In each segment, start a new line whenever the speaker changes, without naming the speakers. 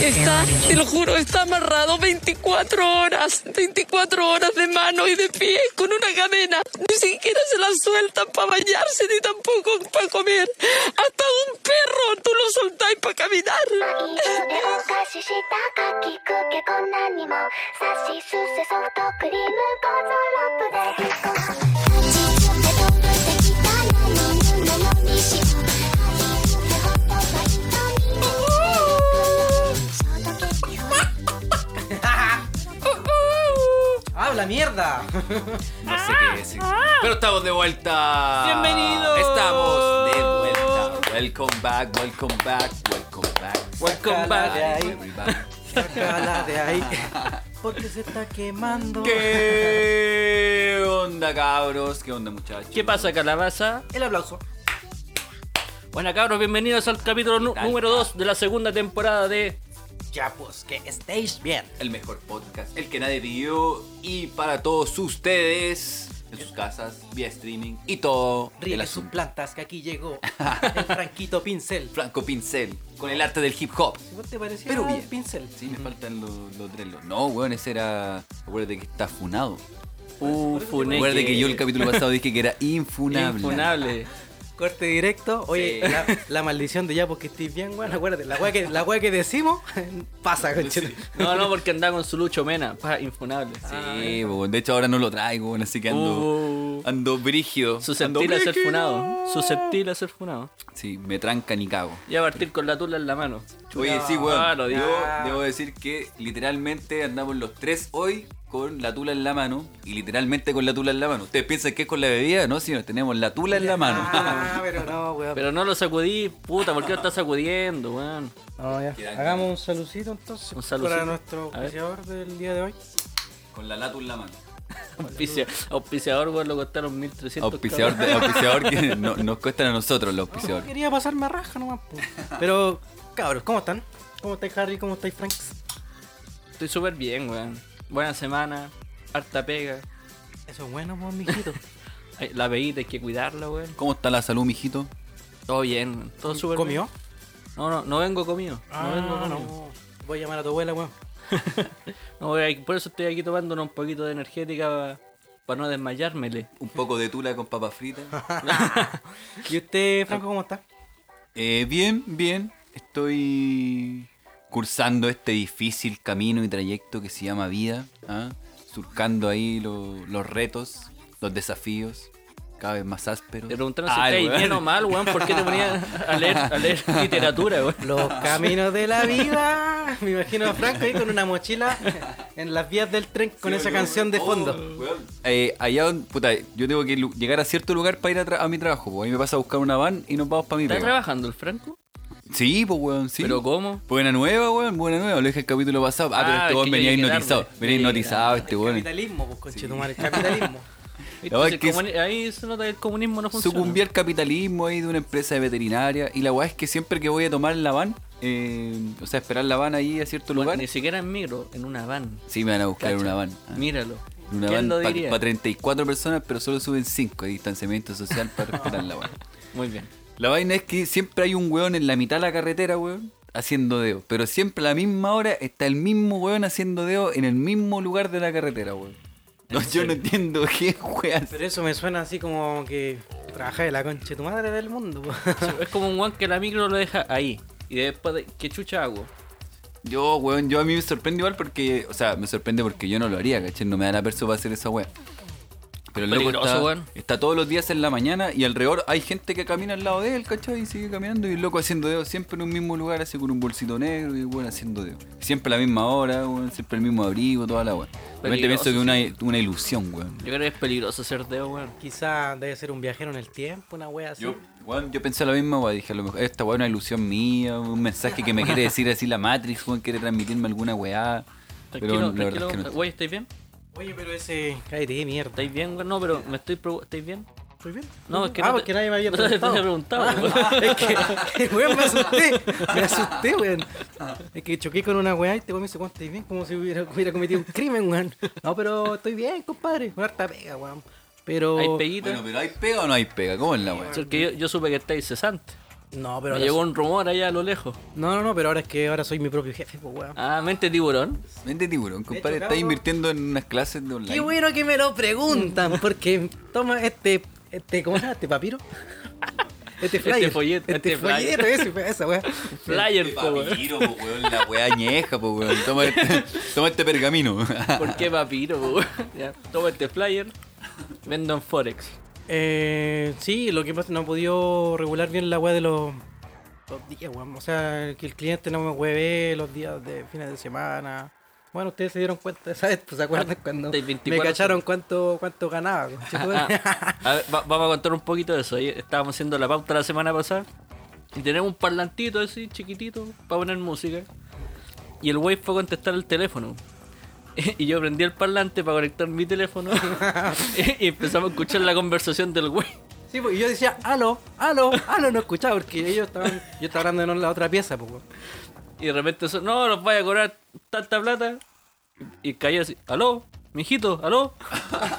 Está, te lo juro, está amarrado 24 horas, 24 horas de mano y de pie con una cadena. Ni siquiera se la sueltan para bañarse ni tampoco para comer. Hasta un perro tú lo soltáis para caminar.
ししたかきくけこんなにもさしすせソフトクリームゴゾロップで立ち寄って飛ばしてきたなのになのにしよう味付けホットバイトにショートケーキホット
¡Habla mierda!
No sé qué decir. Pero estamos de vuelta.
Bienvenidos.
Estamos de vuelta. Welcome back, welcome back, welcome back.
Sácala
Welcome back.
de ahí.
everybody.
Sácala de ahí. Porque se está quemando.
¿Qué onda, cabros? ¿Qué onda, muchachos?
¿Qué pasa, calabaza?
El aplauso.
Bueno, cabros, bienvenidos al capítulo nu-
tal?
número 2 de la segunda temporada de
Ya pues, que estéis bien.
El mejor podcast, el que nadie pidió. Y para todos ustedes, en sus casas, vía streaming y todo. el
Ríe sus
asunto.
plantas, que aquí llegó el franquito pincel.
Franco Pincel, con el arte del hip hop.
¿No te pareció
Pero bien.
el pincel?
Sí, me faltan los, los dreadlocks. No, weón, ese era. Acuérdate que está funado.
Un funeque.
Acuérdate que yo el capítulo pasado dije que era infunable.
Infunable.
Corte directo. Oye,
Sí.
la, la maldición de ya porque estéis bien, weón. Acuérdate, la weá que, la weá que decimos pasa, conchito.
No, no, porque andaba con su lucho mena. Pa, infunable.
Sí, weón. de hecho ahora no lo traigo, weón, así que ando.
Ah, Uh.
Ando brígido.
Susceptible
Ando
a ser
brígido.
funado. Susceptible a ser funado.
Sí, me trancan y cago.
Y a partir con la tula en la mano.
Oye, sí, weón.
Ah, lo digo.
Yo debo decir que literalmente andamos los tres hoy con la tula en la mano. Y literalmente con la tula en la mano. Ustedes piensan que es con la bebida, ¿no? Si no, tenemos la tula en la mano.
Ah, pero no, weón.
Pero no lo sacudí, puta, ¿por qué lo estás sacudiendo, weón?
No, ya.
Quedan-
Hagamos un salucito entonces.
Un salucito.
Para nuestro
A ver.
auspiciador del día de hoy.
con la lata en la mano.
Auspicia- auspiciador, weón, lo costaron 1300.
Auspiciador, de- auspiciador que no- nos cuestan a nosotros los
No
auspiciadores.
quería pasarme a raja nomás. po. Pero, cabros, ¿cómo están? ¿Cómo estáis, Harry? ¿Cómo estáis, Franks?
cabros. Estoy súper bien, weón. Buena semana, harta pega.
Eso es bueno, pues, mijito.
Ay, La veíta hay que cuidarla, weón.
¿Cómo está la salud, mijito?
Todo bien, weón. Todo súper
¿Comió?
bien. No, no, no vengo comido. no vengo
Ah,
comido.
no. Voy a llamar a tu abuela, weón.
No, weón, por eso estoy aquí tomándonos un poquito de energética para no desmayármele.
Un poco de tula con papas fritas.
¿Y usted, Franco, cómo está?
Eh, bien, bien. Estoy cursando este difícil camino y trayecto que se llama vida. ¿ah? Surcando ahí lo- los retos, los desafíos, cada vez más ásperos.
Te preguntaron si
Ay,
estáis
Ah, weón.
bien o mal, weón. ¿Por qué te ponías a leer, a leer literatura, weón?
Los caminos de la vida. Me imagino a Franco ahí con una mochila en las vías del tren con esa canción de fondo.
Eh, allá donde, puta, yo tengo que lu- llegar a cierto lugar para ir a, tra- a mi trabajo. Pues. Ahí me pasa a buscar una van y nos vamos para mi
¿Estás
pega.
trabajando el Franco?
Sí, pues, weón, sí.
¿Pero cómo?
Buena nueva, weón, buena nueva. Lo dije el capítulo pasado. Ah,
Ah,
pero este
es
weón
que yo
venía
llegué
hipnotizado.
tarde.
Venía
Sí,
hipnotizado este
El
weón.
capitalismo, pues, conchetumar, el capitalismo.
¿Viste?
verdad
Si
es que
el comuni- Ahí se nota que el comunismo no funciona.
Sucumbí al capitalismo ahí de una empresa de veterinaria. Y la weá es que siempre que voy a tomar la van, eh, o sea, esperar la van ahí a cierto
Bueno,
lugar,
Ni siquiera en micro, en una van.
sí me van a buscar en
Cacha.
una van. Ah,
Míralo.
en una
¿Quién
van
lo
para
diría?
34 personas, pero solo suben 5 de distanciamiento social para respetar la van.
Muy bien.
La vaina es que siempre hay un weón en la mitad de la carretera, weón, haciendo dedo. Pero siempre a la misma hora está el mismo weón haciendo dedo en el mismo lugar de la carretera, weón. No, yo no entiendo qué weón.
Pero eso me suena así como que trabajé de la concha de tu madre del mundo. po.
Es como un guan que la micro lo deja ahí. Y después, de, ¿qué chucha hago?
Yo, weón, yo a mí me sorprende igual porque, o sea, me sorprende porque yo no lo haría, ¿cachai? No me da la perso para hacer esa weón. Pero el loco
Peligroso,
está,
weón.
está todos los días en la mañana y alrededor hay gente que camina al lado de él, ¿cachai? Y sigue caminando y el loco haciendo dedo siempre en un mismo lugar, así con un bolsito negro y el weón haciendo dedo. Siempre a la misma hora, weón, siempre el mismo abrigo, toda la weón. Realmente pienso
Peligroso,
que es una, una ilusión, weón.
Yo creo que es peligroso ser dedo, weón.
Quizá debe ser un viajero en el tiempo, una wea así.
Yo, weón, yo pensé la misma, weón, dije a lo mejor esta weón es una ilusión mía, un mensaje que me quiere decir así la Matrix, weón, quiere transmitirme alguna weá. Pero
Tranquilo,
la verdad
tranquilo.
es que no.
Güey, ¿estáis bien?
Oye, pero ese. Cállate, qué mierda.
¿Estáis bien, weón? No, pero me estoy preguntando. ¿Estáis bien?
¿Estoy bien?
No, es que
ah,
no te-
porque nadie me había
no te había
preguntado.
preguntado,
Ah,
pues.
es que, weón, me asusté. Me asusté, weón. Es que choqué con una weá y te weón me dice, "Juan, ¿estáis bien? Como si hubiera, hubiera cometido un crimen, weón. No, pero estoy bien, compadre. Una harta pega, weón. Pero.
¿Hay peguita?
Bueno, pero ¿hay pega o no hay pega? ¿Cómo es la weá?
O sea, que yo, yo supe que estáis cesante.
No, pero
Me
ahora
llegó un rumor allá a lo lejos.
No, no, no, pero ahora es que ahora soy mi propio jefe, pues weón.
Ah, mente tiburón.
Vente tiburón, compadre.
hecho,
Está
cabrón.
invirtiendo en unas clases de online.
Qué bueno que me lo preguntan, porque toma este, este, ¿cómo se llama? Este papiro. Este flyer.
folleto,
Este,
este flyer.
folleto, ese, fue esa weá.
Flyer, po, weón.
Papiro, po, weón, la weá añeja, po, weón. Toma este, toma este pergamino.
¿Por qué papiro, po, weón? Ya, Toma este flyer. Vendo en Forex.
Eh, sí, lo que pasa es que no he podido regular bien la weá de los, los días, weón. O sea, que el cliente no me hueve los días de fines de semana. Bueno, ustedes se dieron cuenta, ¿sabes? Pues, ¿Se acuerdan cuando
del
me
24?
cacharon cuánto, cuánto ganaba? conchetumare?
Ah, a ver, va- vamos a contar un poquito de eso. Ahí Estábamos haciendo la pauta la semana pasada y tenemos un parlantito así, chiquitito, para poner música. Y el wey fue a contestar el teléfono. Y yo prendí el parlante para conectar mi teléfono y empezamos a escuchar la conversación del wey.
Sí, pues, y yo decía, aló, aló, aló, no escuchaba, porque ellos estaban, yo estaba hablando en la otra pieza, pues. weón.
Y de repente, eso, no, nos vaya a cobrar tanta plata. Y cayó así, aló, mijito, aló,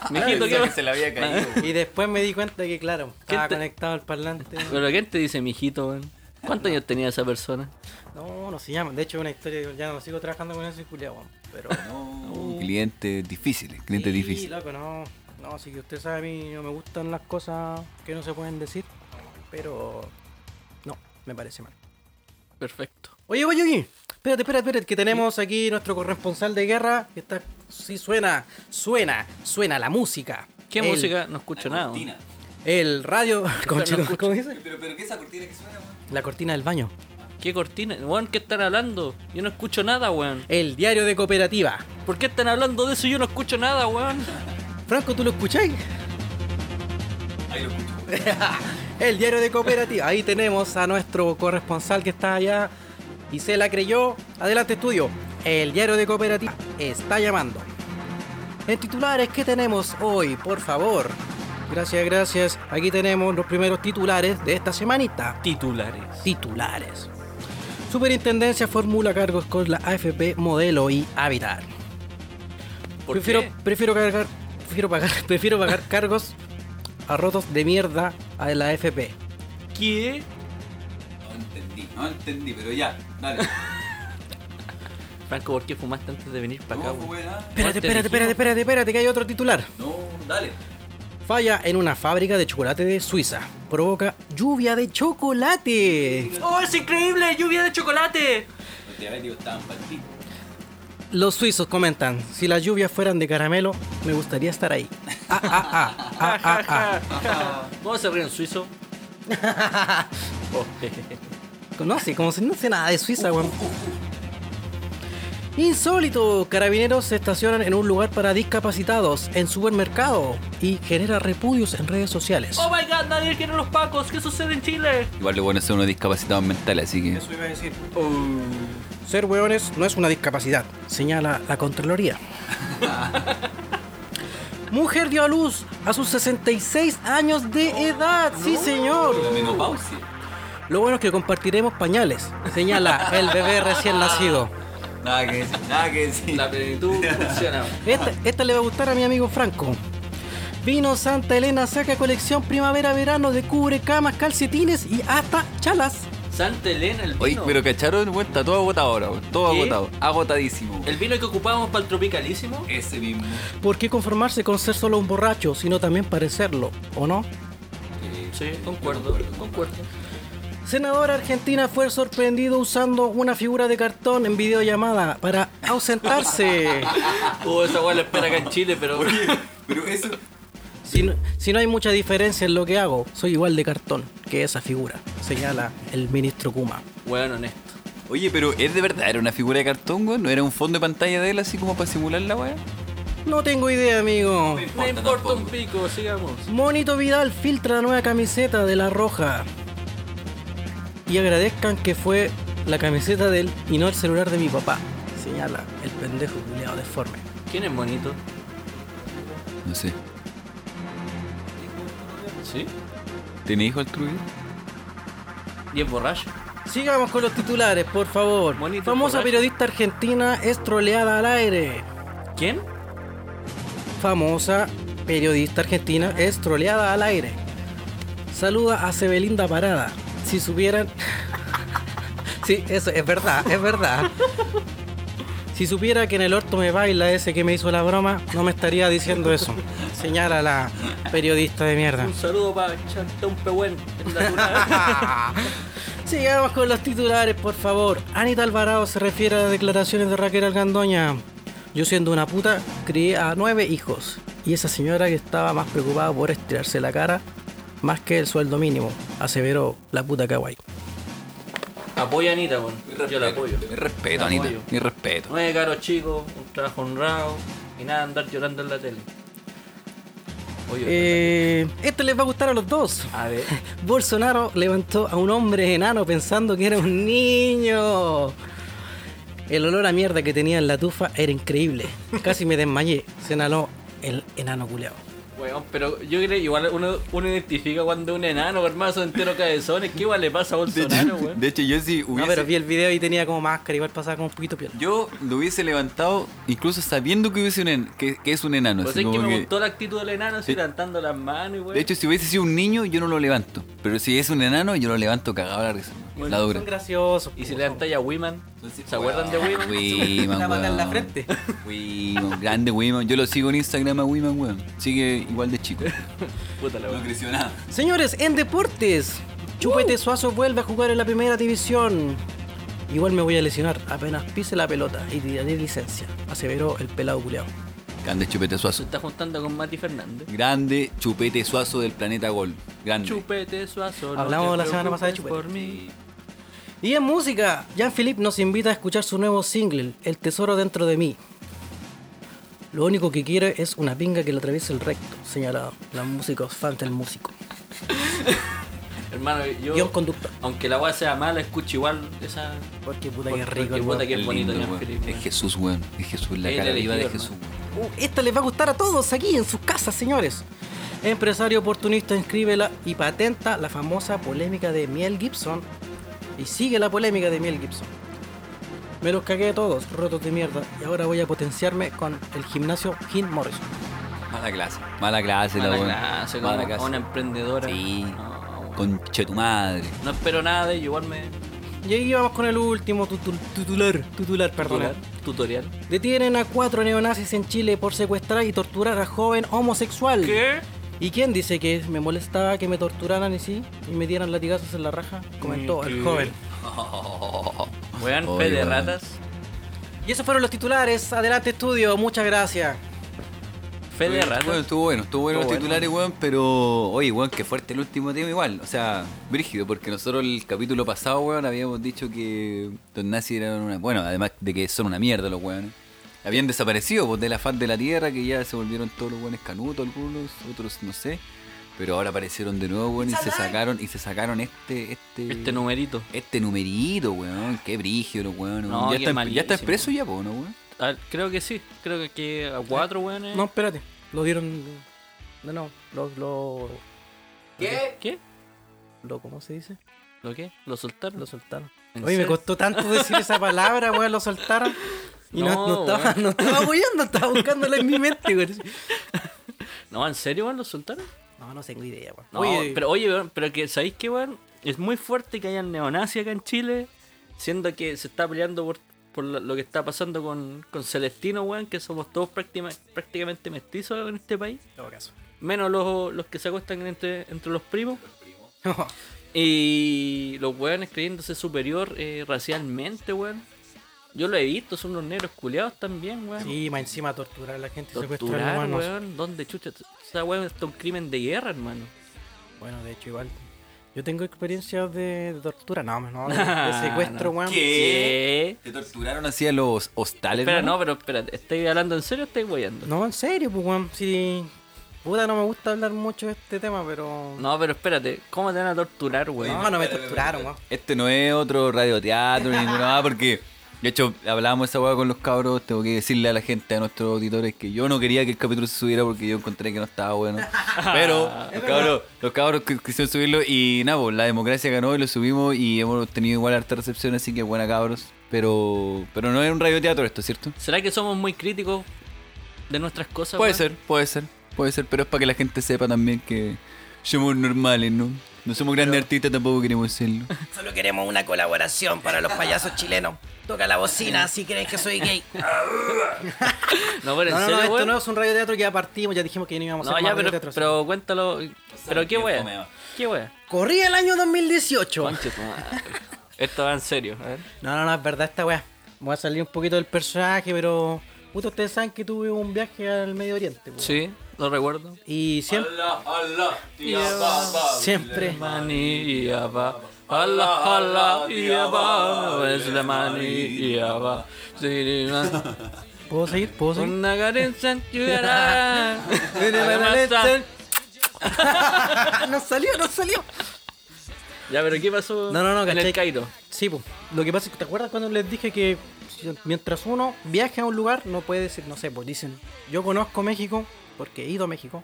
mijito, ¿qué
Pensaba
va-?"
que se le había caído.
Y después me di cuenta que, claro, estaba
te-
conectado al parlante.
Pero ¿quién te dice mijito, weón? ¿Cuántos años tenía esa persona?
No, no se llama. De hecho, es una historia, que ya no sigo trabajando con eso y culiao, weón. Pero.
No, Uh, cliente difícil, eh, cliente
sí,
difícil.
loco, no. No, sí que usted sabe, a mí no me gustan las cosas que no se pueden decir. Pero. No, me parece mal.
Perfecto.
Oye, oye, oye. Espérate, espérate, espérate, que tenemos aquí nuestro corresponsal de guerra. Que está. Sí, suena, suena, suena la música.
¿Qué
El-
música? No escucho nada. weón.
El radio. Conchito,
escucho.
¿Cómo dice?
Pero, pero ¿qué esa cortina que suena, weón?
La cortina del baño.
¿Qué cortina? Weón, ¿qué están hablando? Yo no escucho nada, weón.
El diario de cooperativa.
¿Por qué están hablando de eso? Yo no escucho nada, weón.
Franco, ¿tú lo escucháis?
Ahí lo escucho.
El diario de cooperativa. Ahí tenemos a nuestro corresponsal que está allá y se la creyó. Adelante, estudio. El diario de cooperativa está llamando. En titulares, ¿qué tenemos hoy? Por favor. Gracias, gracias. Aquí tenemos los primeros titulares de esta semanita.
Titulares.
Titulares. Superintendencia formula cargos con la AFP Modelo y Habitat.
¿Por
prefiero,
qué?
prefiero cargar, prefiero pagar, prefiero pagar cargos a rotos de mierda a la AFP.
¿Qué?
No entendí, no entendí, pero ya, dale.
Franco, ¿por qué fumaste antes de venir para acá,
No,
weón?
weón, ah.
Espérate,
te
espérate,
dijimos?
espérate, espérate, espérate, que hay otro titular.
No, dale.
Falla en una fábrica de chocolate de Suiza. Provoca lluvia de chocolate.
¡Oh, es increíble! ¡Lluvia de chocolate!
Los diabéticos estaban para ti.
Los suizos comentan, si las lluvias fueran de caramelo, me gustaría estar ahí. Ah, ah, ah, ah, ah, ah.
¿Cómo se ríen suizo? Oh, jejeje.
Conoce, como si no sé nada de Suiza, weón. Insólito, carabineros se estacionan en un lugar para discapacitados, en supermercado, y genera repudios en redes sociales.
¡Oh, my God! ¡Nadie quiere los pacos! ¿Qué sucede en Chile?
Igual lo bueno es ser uno discapacitado mental, así que.
iba a decir.
Oh.
Ser hueones no es una discapacidad, señala la Contraloría. Mujer dio a luz a sus 66 años de edad, sí señor.
Menopausia.
Lo bueno es que compartiremos pañales, señala el bebé recién nacido.
Nada que decir, nada que decir.
La plenitud funciona.
Esta, esta le va a gustar a mi amigo Franco. Vino Santa Elena saca colección primavera-verano de cubre camas, calcetines y hasta chalas.
Santa Elena, el vino.
Oye, pero cacharon, weón, está todo agotado ahora, weón. Todo
¿Qué?
agotado. Agotadísimo. weón.
¿El vino que ocupábamos para el tropicalísimo?
Ese mismo.
¿Por qué conformarse con ser solo un borracho, sino también parecerlo, o no?
Sí, concuerdo, concuerdo.
Senadora argentina fue sorprendido usando una figura de cartón en videollamada para ausentarse.
Oh, esa weá la espera acá en Chile, pero.
Pero eso.
Si no, si no hay mucha diferencia en lo que hago, soy igual de cartón que esa figura, señala el ministro Kuma.
Weón honesto.
Oye, pero ¿es de verdad? ¿Era una figura de cartón, weón? ¿No era un fondo de pantalla de él así como para simular la weá?
No tengo idea, amigo.
No
No
importa
importa
un pico, sigamos.
Monito Vidal filtra la nueva camiseta de la roja. Y agradezcan que fue la camiseta de él y no el celular de mi papá. Señala el pendejo culiado deforme.
¿Quién es bonito?
No sé.
¿Sí?
¿Tiene hijo el truque?
¿Y es borracho?
Sigamos con los titulares, por favor.
Monito
Famosa
borracho.
periodista argentina es troleada al aire.
¿Quién?
Famosa periodista argentina es troleada al aire. Saluda a Sebelinda Parada. si supieran. Sí, eso es verdad, es verdad. Si supiera que en el orto me baila ese que me hizo la broma, no me estaría diciendo eso. Señala la periodista de
Ah.
mierda.
Un saludo para Chantón Pehuen en la luna.
Sigamos con los titulares, por favor. Anita Alvarado se refiere a las declaraciones de Raquel Algandoña. Yo siendo una puta, crié a nueve hijos. Y esa señora que estaba más preocupada por estirarse la cara más que el sueldo mínimo, aseveró la puta kawaii.
Apoya a Anita, weón. Yo la apoyo.
Mi respeto,
La
Anita.
apoyo.
Mi respeto.
No es caro chico, un trabajo honrado y nada andar llorando en la tele. Oye,
Eh, este les va a gustar a los dos.
Eh.
a ver.
Bolsonaro levantó a un hombre enano pensando que era un niño. El olor a mierda que tenía en la tufa era increíble. Casi me desmayé, señaló el enano culeado.
Weón, pero yo creo que igual uno, uno identifica cuando un enano, hermano, son entero cabezones. ¿Qué igual le pasa a
De
Bolsonaro,
hecho,
weón?
de hecho, yo si hubiese.
No, pero vi el video y tenía como máscara, igual pasaba como un poquito peor.
Yo lo hubiese levantado incluso sabiendo que, hubiese un en- que, que es un enano.
Pues
así
es que
como
me
que-
gustó la actitud del enano, así
Sí.
levantando las manos y weón.
de hecho, si hubiese sido un niño, yo no lo levanto. Pero si es un enano, yo lo levanto cagado la risa.
Bueno,
la dura.
Son graciosos.
y si
po,
le dan talla a Wiman, ¿se acuerdan de Wiman?
Ah, Wiman,
La pata en la
weón.
frente.
Wiman, grande Wiman. Yo lo sigo en Instagram a Wiman, weón. Sigue igual de chico.
Puta la
No
weón.
creció nada.
Señores, en deportes, Chupete Suazo vuelve a jugar en la primera división. Igual me voy a lesionar apenas pise la pelota y tiraré licencia, aseveró el pelado culeado.
Grande Chupete
Se
Suazo.
está juntando con Mati Fernández.
Grande Chupete Suazo del planeta Gol. Grande.
Chupete suazo.
Hablamos
te
la semana
preocupes
pasada de Chupete.
Por mí.
Y en música, Jean-Philippe nos invita a escuchar su nuevo single, El Tesoro Dentro de Mí. Lo único que quiere es una pinga que le atraviese el recto, señalado. La música fan del músico.
Hermano, yo.
Guión conductor.
Aunque la weá sea mala, escucho igual esa.
Porque puta
Porque
que rico. el
puta
weón.
que- Qué bonito,
Lindo,
Jan
weón.
Felipe,
Es
weón.
Jesús, weón. Es Jesús, la
El
cara viva de
elegido,
Jesús, weón.
Uh, esta les va a gustar a todos aquí en sus casas, señores. Empresario oportunista inscribe la- y patenta la famosa polémica de Miel Gibson. Y sigue la polémica de Miel Gibson. Me los cagué a todos, rotos de mierda. Y ahora voy a potenciarme con el gimnasio Jim Morrison.
Mala clase. Mala clase, la
Mala
weón.
clase, como
Mala
una
clase.
emprendedora.
Sí.
No, weón.
Conche tu madre.
No espero nada de ello, igual me.
Y ahí vamos con el último tutu- titular, titular, perdón.
Tutorial. Tutorial.
Detienen a cuatro neonazis en Chile por secuestrar y torturar a joven homosexual. ¿Y quién dice que me molestaba que me torturaran y sí? Y me dieran latigazos en la raja, comentó el joven.
Weón,
Oye,
fe de
weón.
ratas.
Y esos fueron los titulares. Adelante, estudio. Muchas gracias.
Fe de ratas.
Bueno, estuvo bueno, estuvo bueno los
Estuvo
titulares, weón, pero oye, weón, que fuerte el último tema igual. O sea, brígido, porque nosotros el capítulo pasado, weón, habíamos dicho que los nazis eran una... Bueno, además de que son una mierda los weones. Habían desaparecido pues, de la faz de la tierra, que ya se volvieron todos los weones canutos, algunos, otros no sé. Pero ahora aparecieron de nuevo, weón, y se sacaron, y se sacaron este, este,
Este numerito.
este numerito, weón. Qué brígido los weones.
No,
weón. ya,
qué
está, ya está
malísimo.
expreso ya, po, ¿no, weón?
A ver, Ah, creo que sí. Creo que a cuatro weones.
¿Eh? No, espérate. Lo dieron. No, no. Lo. lo
¿Qué? ¿Qué?
lo- ¿Cómo se dice?
¿Lo qué? ¿Lo soltaron?
Lo soltaron.
¿En
Oye, me
serio?
costó tanto decir esa palabra, weón. Lo soltaron. Y no, no
No,
estaba,
weón.
no estaba apoyando, estaba buscándola en mi mente, weón.
No, ¿en serio, weón? ¿Lo soltaron?
No, no tengo idea, weón.
No,
Oye,
pero oye, weón, pero que sabéis que weón, es muy fuerte que hayan neonazi acá en Chile, siendo que se está peleando por, por lo, lo que está pasando con, con Celestino, weón, que somos todos práctima- prácticamente mestizos en este país,
en todo caso.
menos los, los que se acuestan entre, entre los primos. Y los weones creyéndose superior eh, racialmente, weón. Yo lo he visto, son unos negros culiados también, weón.
Sí, más encima torturar a la gente y secuestrar
Torturar,
humanos.
weón. ¿Dónde chucha? Esa weón es un crimen de guerra, hermano.
Bueno, de hecho, igual. Yo tengo experiencias de, de tortura, no, no, de, de secuestro,
No,
weón.
¿Qué?
¿Te torturaron así a los hostales?
Espera,
hermano?
no, pero espérate, ¿estáis hablando en serio o estáis guayando?
No, en serio, pues, weón. Sí. Puta, no me gusta hablar mucho de este tema, pero.
No, pero espérate, ¿cómo te van a torturar, weón?
no, no me torturaron, weón.
Este no es otro radioteatro ni ninguna más, porque de hecho hablábamos esa hueá con los cabros. Tengo que decirle a la gente, a nuestros auditores, que yo no quería que el capítulo se subiera porque yo encontré que no estaba bueno. Pero los cabros, los cabros qui- quisieron subirlo y nada, pues, la democracia ganó y lo subimos y hemos tenido igual harta recepción, así que buena cabros. Pero, pero no es un radioteatro esto, ¿cierto?
¿Será que somos muy críticos de nuestras cosas?
Puede
weón?
ser, puede ser, puede ser, pero es para que la gente sepa también que somos normales, ¿no? No somos grandes artistas, tampoco queremos serlo.
Solo queremos una colaboración para los payasos chilenos. Toca la bocina si crees que soy gay.
No, pero en
No, no,
serio,
no, esto
weón.
no es un radioteatro que ya partimos, ya dijimos que no íbamos a
No,
hacer
ya,
más
pero,
radioteatros.
pero cuéntalo. Pero qué
qué
wea.
fomeo.
Qué wea.
Corría el año 2018.
Conche tu madre. Esto va en serio. A ver.
No, no, no, es verdad esta weá. Voy a salir un poquito del personaje, pero. Puto, ustedes saben que tuve un viaje al Medio Oriente. po.
Sí, lo recuerdo.
Y siempre. Siempre.
Manía va. Allah, Allah, ia va. Es la manía va.
¿Puedo seguir? ¿Puedo seguir?
Una carencia en Chigará.
no salió, no salió.
Ya, pero ¿qué pasó
No, no, no,
en
¿cachai?
el Cairo?
Sí, pues. Lo que pasa es que te acuerdas cuando les dije que si- mientras uno viaja a un lugar, no puede decir, no sé, pues dicen, yo conozco México porque he ido a México.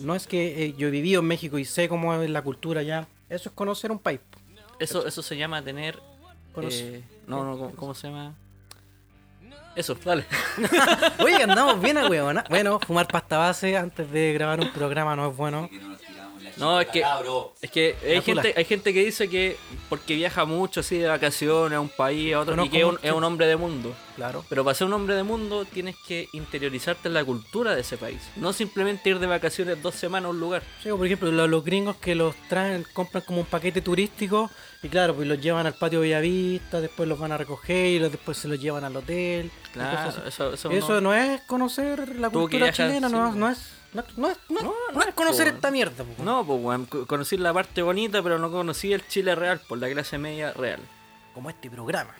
No es que eh, yo he vivido en México y sé cómo es la cultura allá. Eso es conocer un país. po.
Eso, eso se llama tener.
Conoce-
eh, no, no, ¿cómo, cómo se llama? Eso, dale.
Oye, andamos bien a huevona. Bueno, fumar pasta base antes de grabar un programa no es bueno.
No, es que. Es que hay
La tula.
gente, hay gente que dice que porque viaja mucho así de vacaciones a un país, a otro, y
Conozco
que es un,
mucho.
es un hombre de mundo.
Claro.
Pero para ser un hombre de mundo tienes que interiorizarte en la cultura de ese país. No simplemente ir de vacaciones dos semanas a un lugar.
Sí, o por ejemplo, lo- los gringos que los traen, compran como un paquete turístico y claro, pues los llevan al patio Bellavista, después los van a recoger y los- después se los llevan al hotel. y
Claro,
cosas así.
eso- eso no-
es conocer la
Tú
cultura
que viajas,
chilena,
sí,
no,
po.
no es, no, no es, no, no es conocer esta mierda. po.
No, pues weón, co- conocí la parte bonita, pero no conocí el Chile real, por la clase media real.
Como este programa.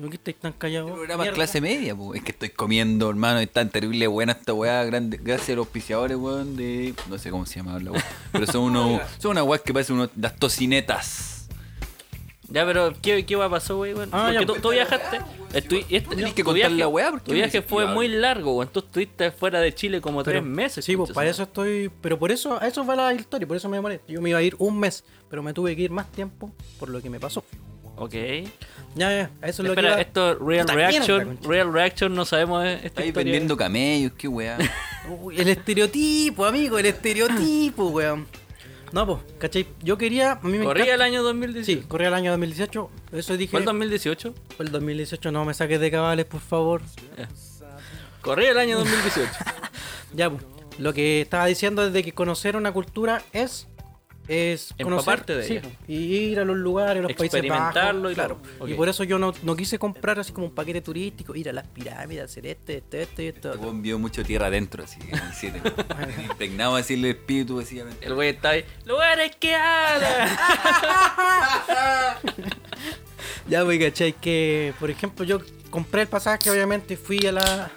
¿Por qué estáis tan
Este
callados?
programa
Mierda.
clase media, po. es que estoy comiendo, hermano, es tan terrible buena esta weá, grande, gracias a los auspiciadores, weón, de. No sé cómo se llama la weá. Pero son unos. son unas weas que parecen unos, las tocinetas.
Ya, pero ¿qué, qué va pasó, güey? weón?
Ah,
porque
ya,
tú, tú viajaste. Estu- este-
tenés
no,
que
tu
contar
viaje-
la weá, porque
Tu viaje
me
fue
decís,
muy largo, weón. Tú estuviste fuera de Chile como
Pero-
tres meses.
Sí, pues
concha,
para eso
su
estoy. Pero por eso, a eso va la historia, por eso me demoré. Yo me iba a ir un mes, pero me tuve que ir más tiempo por lo que me pasó.
madre. Ok.
Ya, ya, a eso es lo que.
Espera,
iba.
esto Real
Puta
Reaction,
mierda, concha.
Real Reaction, no sabemos eh, esta
Estáis
historia.
vendiendo camellos, qué weá. Este
Uy, el estereotipo, amigo, el estereotipo, weón. No, pues, ¿cachai? Yo quería. A mí me
Corría el
encanta-
año
Sí,
2018.
corría el año 2018. Eso dije.
¿Fue el 2018?
Fue el 2018, no me saques de cabales, por favor.
Corría el año 2018.
Ya, pues. Lo que estaba diciendo es de que conocer una cultura es. Es
Empaparte de
sí,
ella.
pues, y ir a los lugares, a los países bajos.
Experimentarlo y
claro.
todo.
Y
Ok.
por eso yo no, no quise comprar así como un paquete turístico, ir a las pirámides, hacer este, este, este y esto.
Este weón vio mucho tierra adentro, así que el siete, weón. Impregnado así el espíritu, básicamente.
El güey está ahí. ¡Lugares que hablan!
Ya, pues, ¿cachai? Que, por ejemplo, yo compré el pasaje, obviamente, fui a la...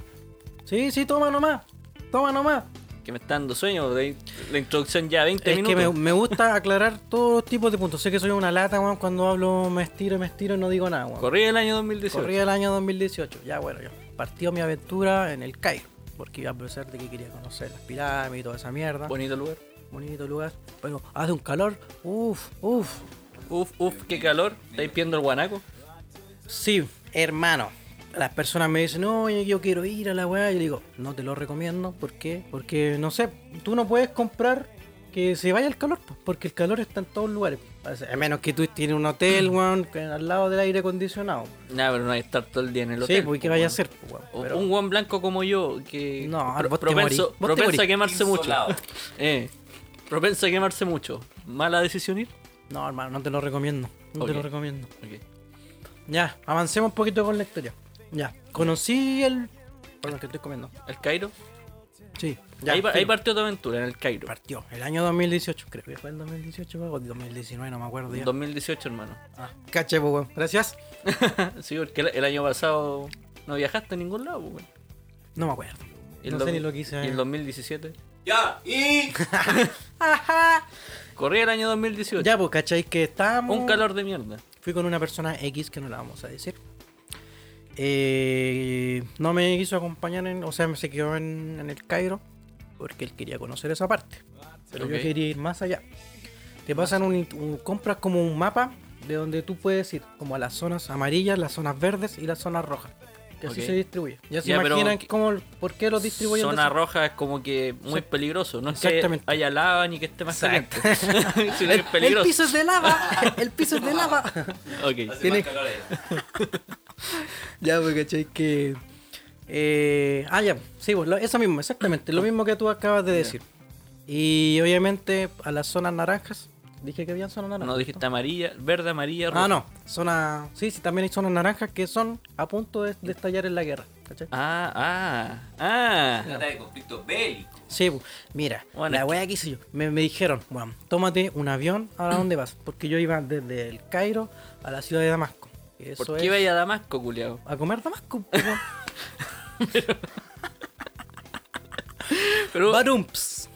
Sí, sí, toma nomás, toma nomás.
que me está dando sueño. de- la introducción ya 20
es
minutos.
que me, me gusta aclarar todos los tipos de puntos. Sé que soy una lata, weón, cuando hablo me estiro, me estiro y no digo nada, weón.
Corría el año 2018.
Corría el año 2018. Ya, bueno, yo partió mi aventura en el Cairo. Porque iba a pesar de que quería conocer las pirámides y toda esa mierda.
Bonito lugar.
Bonito lugar. Pero hace un calor. Uf, uf.
Uf, uf, qué calor. ¿Estáis viendo el guanaco?
Sí, hermano. Las personas me dicen, no, oye, yo quiero ir a la weá. Yo digo, no te lo recomiendo. ¿Por qué? Porque, no sé, tú no puedes comprar que se vaya el calor, pues, porque el calor está en todos lugares. O sea, A menos que tú tienes un hotel, weón, que- al lado del aire acondicionado.
Nah, pero no hay que estar todo el día en el hotel.
sí, porque
po,
vaya a
weón.
ser, pues, weón.
O
Pero-
Un guan blanco como yo, que
No,
pro-
vos te morís.
propenso,
Vos te
propenso a
morís.
quemarse
Insolado.
mucho. Eh, propenso a quemarse mucho. ¿Mala decisión ir?
No, hermano, no te lo recomiendo. No
Ok.
te lo recomiendo.
Ok.
Ya, avancemos un poquito con la historia. Ya, conocí el. Perdón, que estoy comiendo.
¿El Cairo?
Sí,
ahí, pa-
sí.
ahí partió tu aventura, en el Cairo.
partió. El año 2018, creo que fue el 2018 o 2019, no me acuerdo ya.
2018, hermano.
Ah, caché, po, weón. Gracias.
sí, porque el, el año pasado no viajaste a ningún lado, pues, güey.
No me acuerdo.
Y el
no sé
dos-
ni lo que hice.
Y el 2017.
¡Ya! ¡Y!
Ajá.
Corría el año 2018.
Ya, pues, cacháis que estábamos.
Un calor de mierda.
Fui con una persona X que no la vamos a decir. Eh, no me quiso acompañar, en, o sea, se quedó en, en el Cairo porque él quería conocer esa parte. Pero
Ok.
yo quería ir más allá. Te pasan un, un- compras como un mapa de donde tú puedes ir, como a las zonas amarillas, las zonas verdes y las zonas rojas. Y así
Ok.
se distribuye. Ya se
Ya, pero-
imaginan cómo, por qué los distribuyen. de
Zona
esa-
roja es como que muy peligroso. No es que
Exactamente.
haya lava ni que esté más
Exacto.
caliente. sino que es
el, el
peligroso.
piso es de lava. El piso es de lava.
Ok.
Tiene- ya, pues, ¿cachai? Que. eh, ah, ya, sí, pues, lo- eso mismo, exactamente, lo mismo que tú acabas de decir. Y obviamente a las zonas naranjas, dije que había zonas naranjas.
No dijiste amarilla, verde, amarilla, roja.
Ah, no, zonas. Sí, sí, también hay zonas naranjas que son a punto de, de estallar en la guerra, ¿cachai?
Ah, ah, ah.
Trata de conflicto bélico.
Sí, pues, mira,
Bueno,
la
es
wea que hice yo. Me, me dijeron, Juan, tómate un avión, ¿ahora dónde vas? Porque yo iba desde el Cairo a la ciudad de Damasco. Y Eso
¿Por
es-
qué vaya a Damasco, culiao?
a comer Damasco? po, weón.
Pero
Barumps.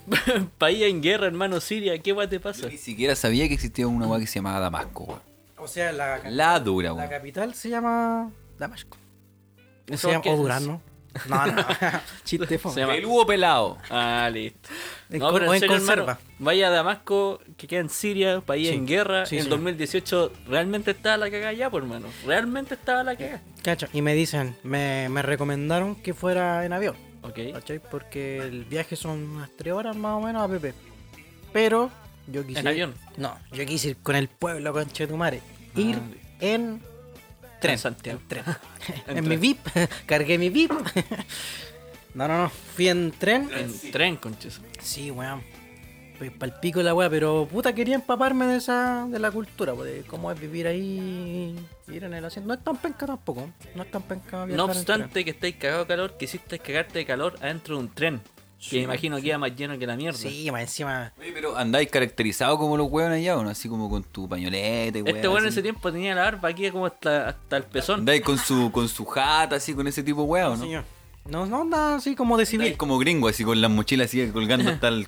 país en guerra, hermano, Siria, ¿qué guay te pasa?
Yo ni siquiera sabía que existía una weá que se llamaba Damasco, weón.
O sea, la,
La dura,
la
weón.
capital se llama Damasco. O,
¿Eso
se llama,
qué
o
es?
Durazno. No, no. Chiste, po.
Se llama-
Peludo pelado.
Ah, listo.
En con- o en conserva.
vaya a Damasco, que queda en Siria, país
Sí,
en guerra.
sí,
en
sí.
2018 realmente estaba la cagada ya, por hermano. Realmente estaba la cagada.
Cacha, y me dicen, me, me recomendaron que fuera en avión.
Ok.
¿Cachai? Porque el viaje son unas 3 horas más o menos a Pepe. Pero yo quise.
¿En avión?
No, yo quise ir con el pueblo, conchetumare. Ir en
Tren Santiago.
tren. en
En
mi
tren.
VIP. Cargué mi VIP. no, no, no. Fui en tren.
En tren, conches.
Sí, weón. Pues pa'l pico la weá, pero puta quería empaparme de esa de la cultura, pues, de cómo es vivir ahí ir en el asiento. No es tan penca tampoco, no es tan penca viajar
No
en
obstante que estáis cagado de calor, quisiste cagarte de calor adentro de un tren. Que me imagino que iba más lleno que la
tren.
mierda.
Sí, más encima.
Oye, pero andáis caracterizados como los weones allá, ¿o no? Así como con tu pañoleta y weón.
Este bueno en ese tiempo tenía la barba aquí como hasta, hasta el pezón.
Andáis con su, con su jata, así, con ese tipo de weón, ¿no?
Señor. No, no anda así como de
Andáis
civil.
como gringo, así con las mochilas así colgando hasta el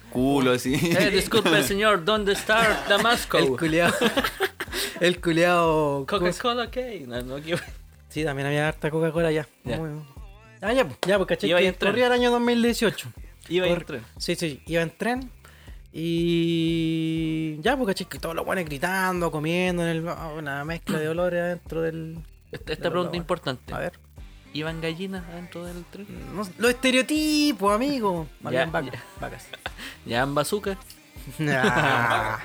culo, así.
Eh, disculpe señor, ¿dónde está Damasco?
El culeado. el culeado.
Coca-Cola, ¿qué? No, no, que-
Sí, también había harta Coca-Cola allá.
Ya.
Muy- Ah, ya, pues, ya, pues caché.
Iba ahí
que
en tren.
Corría el año 2018.
Iba ahí en
Cor-
tren.
Sí, sí, iba en tren. Y ya, pues caché que todos los buenos gritando, comiendo, en el... una mezcla de olores adentro del.
Esta, esta
Pero
pregunta
bueno.
importante.
A ver.
¿Iban gallinas adentro del tren?
no sé, los estereotipos, amigo. Habían vacas.
ya. ¿Llevaban bazooka?
Ah,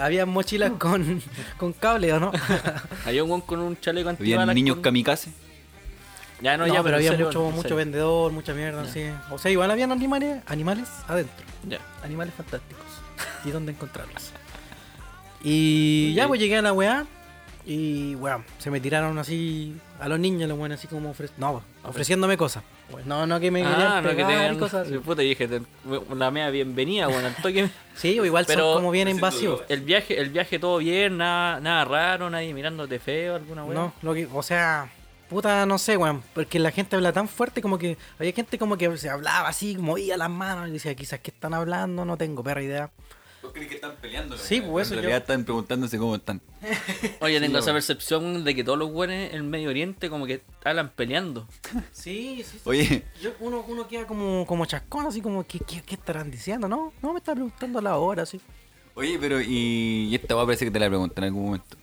Habían mochilas con, con cable, ¿o no?
Había un guan con un chaleco
Habían
antibalas.
niños
con-
kamikaze.
Ya no,
No,
ya,
pero había
en serio,
mucho,
en
mucho
serio.
vendedor, mucha mierda, así. O sea, igual habían animales, animales adentro.
Ya.
Animales fantásticos. ¿Y dónde encontrarlos? Y ya, pues llegué a la weá. Y weá, se me tiraron así a los niños, los weones, así como ofre- no, ofreciéndome cosas. Pues, No, no, que me
Ah,
querían
no, que
pegar
tenían...
y cosas así.
Puta, dije, te- una media bienvenida, bueno, al toque.
Sí, o igual
Pero-
son como bien invasivos.
El viaje, el viaje todo bien, nada, nada raro, nadie mirándote feo, alguna weá.
No, lo que, o sea, puta, no sé, weón. Porque la gente habla tan fuerte como que. Había gente como que se hablaba así, movía las manos y decía, quizás que están hablando, no tengo perra idea.
¿Vos crees que están peleando?
Sí, weón? pues, eso
En realidad
yo-
están preguntándose cómo están.
Oye, tengo
la
esa
wea.
percepción de que todos los güeyes en Medio Oriente como que hablan peleando.
Sí, sí, sí.
Oye,
Yo- uno, uno queda como, como chascón, así como, ¿qué, qué, qué estarán diciendo? No, no me está preguntando la hora, sí.
oye, pero y, y esta weá parece que te la preguntan en algún momento.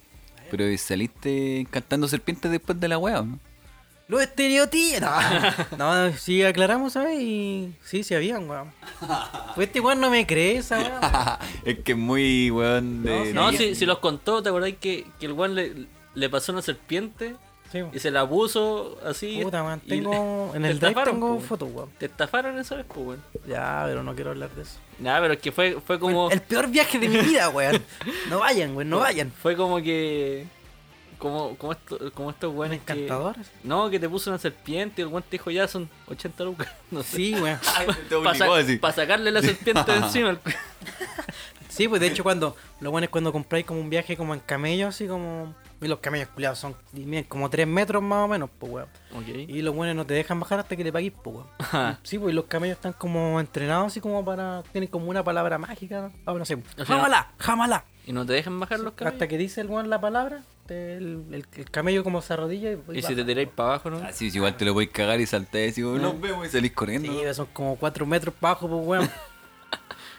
Pero ¿y saliste cantando serpientes después de la weá, ¿o ¿no?
Los estereotipos. No, no, sí, aclaramos, ¿sabes? Y sí, sí habían, weón. Pues este weón no me cree esa weón.
es que es muy weón de.
No,
de-
si, si los contó, ¿te acordáis que, que el weón le, le pasó una serpiente
Sí,
y se la puso así?
Puta, weón.
y
Tengo,
le- pues.
en
te
el drive
estafaron, po,
tengo
weón.
fotos, weón.
Te estafaron esa vez, pues, weón.
Ya, pero no quiero hablar de eso.
Nah, pero es que fue, fue como.
El peor viaje de mi vida, weón. No vayan, weón, no vayan.
Fue como que. Como, como, esto- como estos weones que-
Encantadores.
No, que te puso una serpiente y el weón te dijo, ya son 80 lucas. No sé.
Sí, weón.
Ay, te obligó
Para
así.
sacarle la serpiente de encima. el-
Sí, pues de hecho cuando lo bueno es cuando compráis como un viaje como en camello, así como y los camellos culiados son y miren, como 3 metros más o menos, pues weón.
Ok.
Y los buenos no te dejan bajar hasta que le paguís, pues weón.
Ajá.
Sí, pues y los camellos están como entrenados así como para tienen como una palabra mágica, ah, no sé.
sea,
Jamala, jamala.
Y no te dejan bajar los camellos.
Hasta que dice el weón la palabra, el, el- el camello como se arrodilla y,
Y si
baja.
te tiráis para abajo, ¿no?
Ah, sí, sí, igual te lo voy a cagar y salté y digo, nos vemos y salís corriendo.
Eh. Sí, son como 4 metros para abajo, pues weón.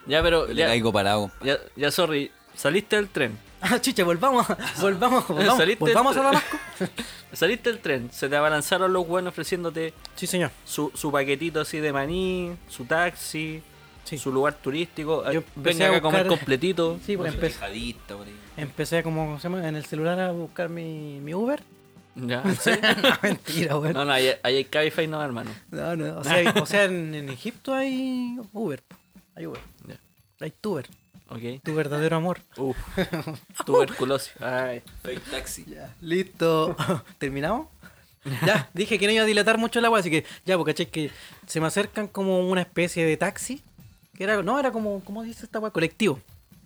Ya, pero.
Le
Ya,
caigo parado.
ya, ya, sorry. Saliste del tren.
Ah, chucha, volvamos, volvamos, volvamos,
Saliste
volvamos a
del-
Damasco.
Saliste del tren, se te abalanzaron los buenos ofreciéndote
Sí, señor.
su, su paquetito así de maní, su taxi,
Sí.
su lugar turístico.
Yo
Venga
empecé a
acá a comer
buscar-
completito.
Sí, pues empecé,
Tejadita, por ahí.
empecé como ¿cómo se llama? en el celular a buscar mi, mi Uber.
Ya, sí.
Mentira, weón.
No, no, ahí, ahí hay Cabify, no, hermano.
No, no. O sea, o sea en, en Egipto hay Uber. po. Hay Uber.
Ya.
Hay Tuber.
Ok.
Tu verdadero amor.
Uf. Tuberculosis. Ay.
Soy taxi.
Listo. ¿Terminamos? Ya, dije que no iba a dilatar mucho el agua, así que ya, porque caché que se me acercan como una especie de taxi. Que era, no, era como, ¿cómo dice esta weá? Colectivo.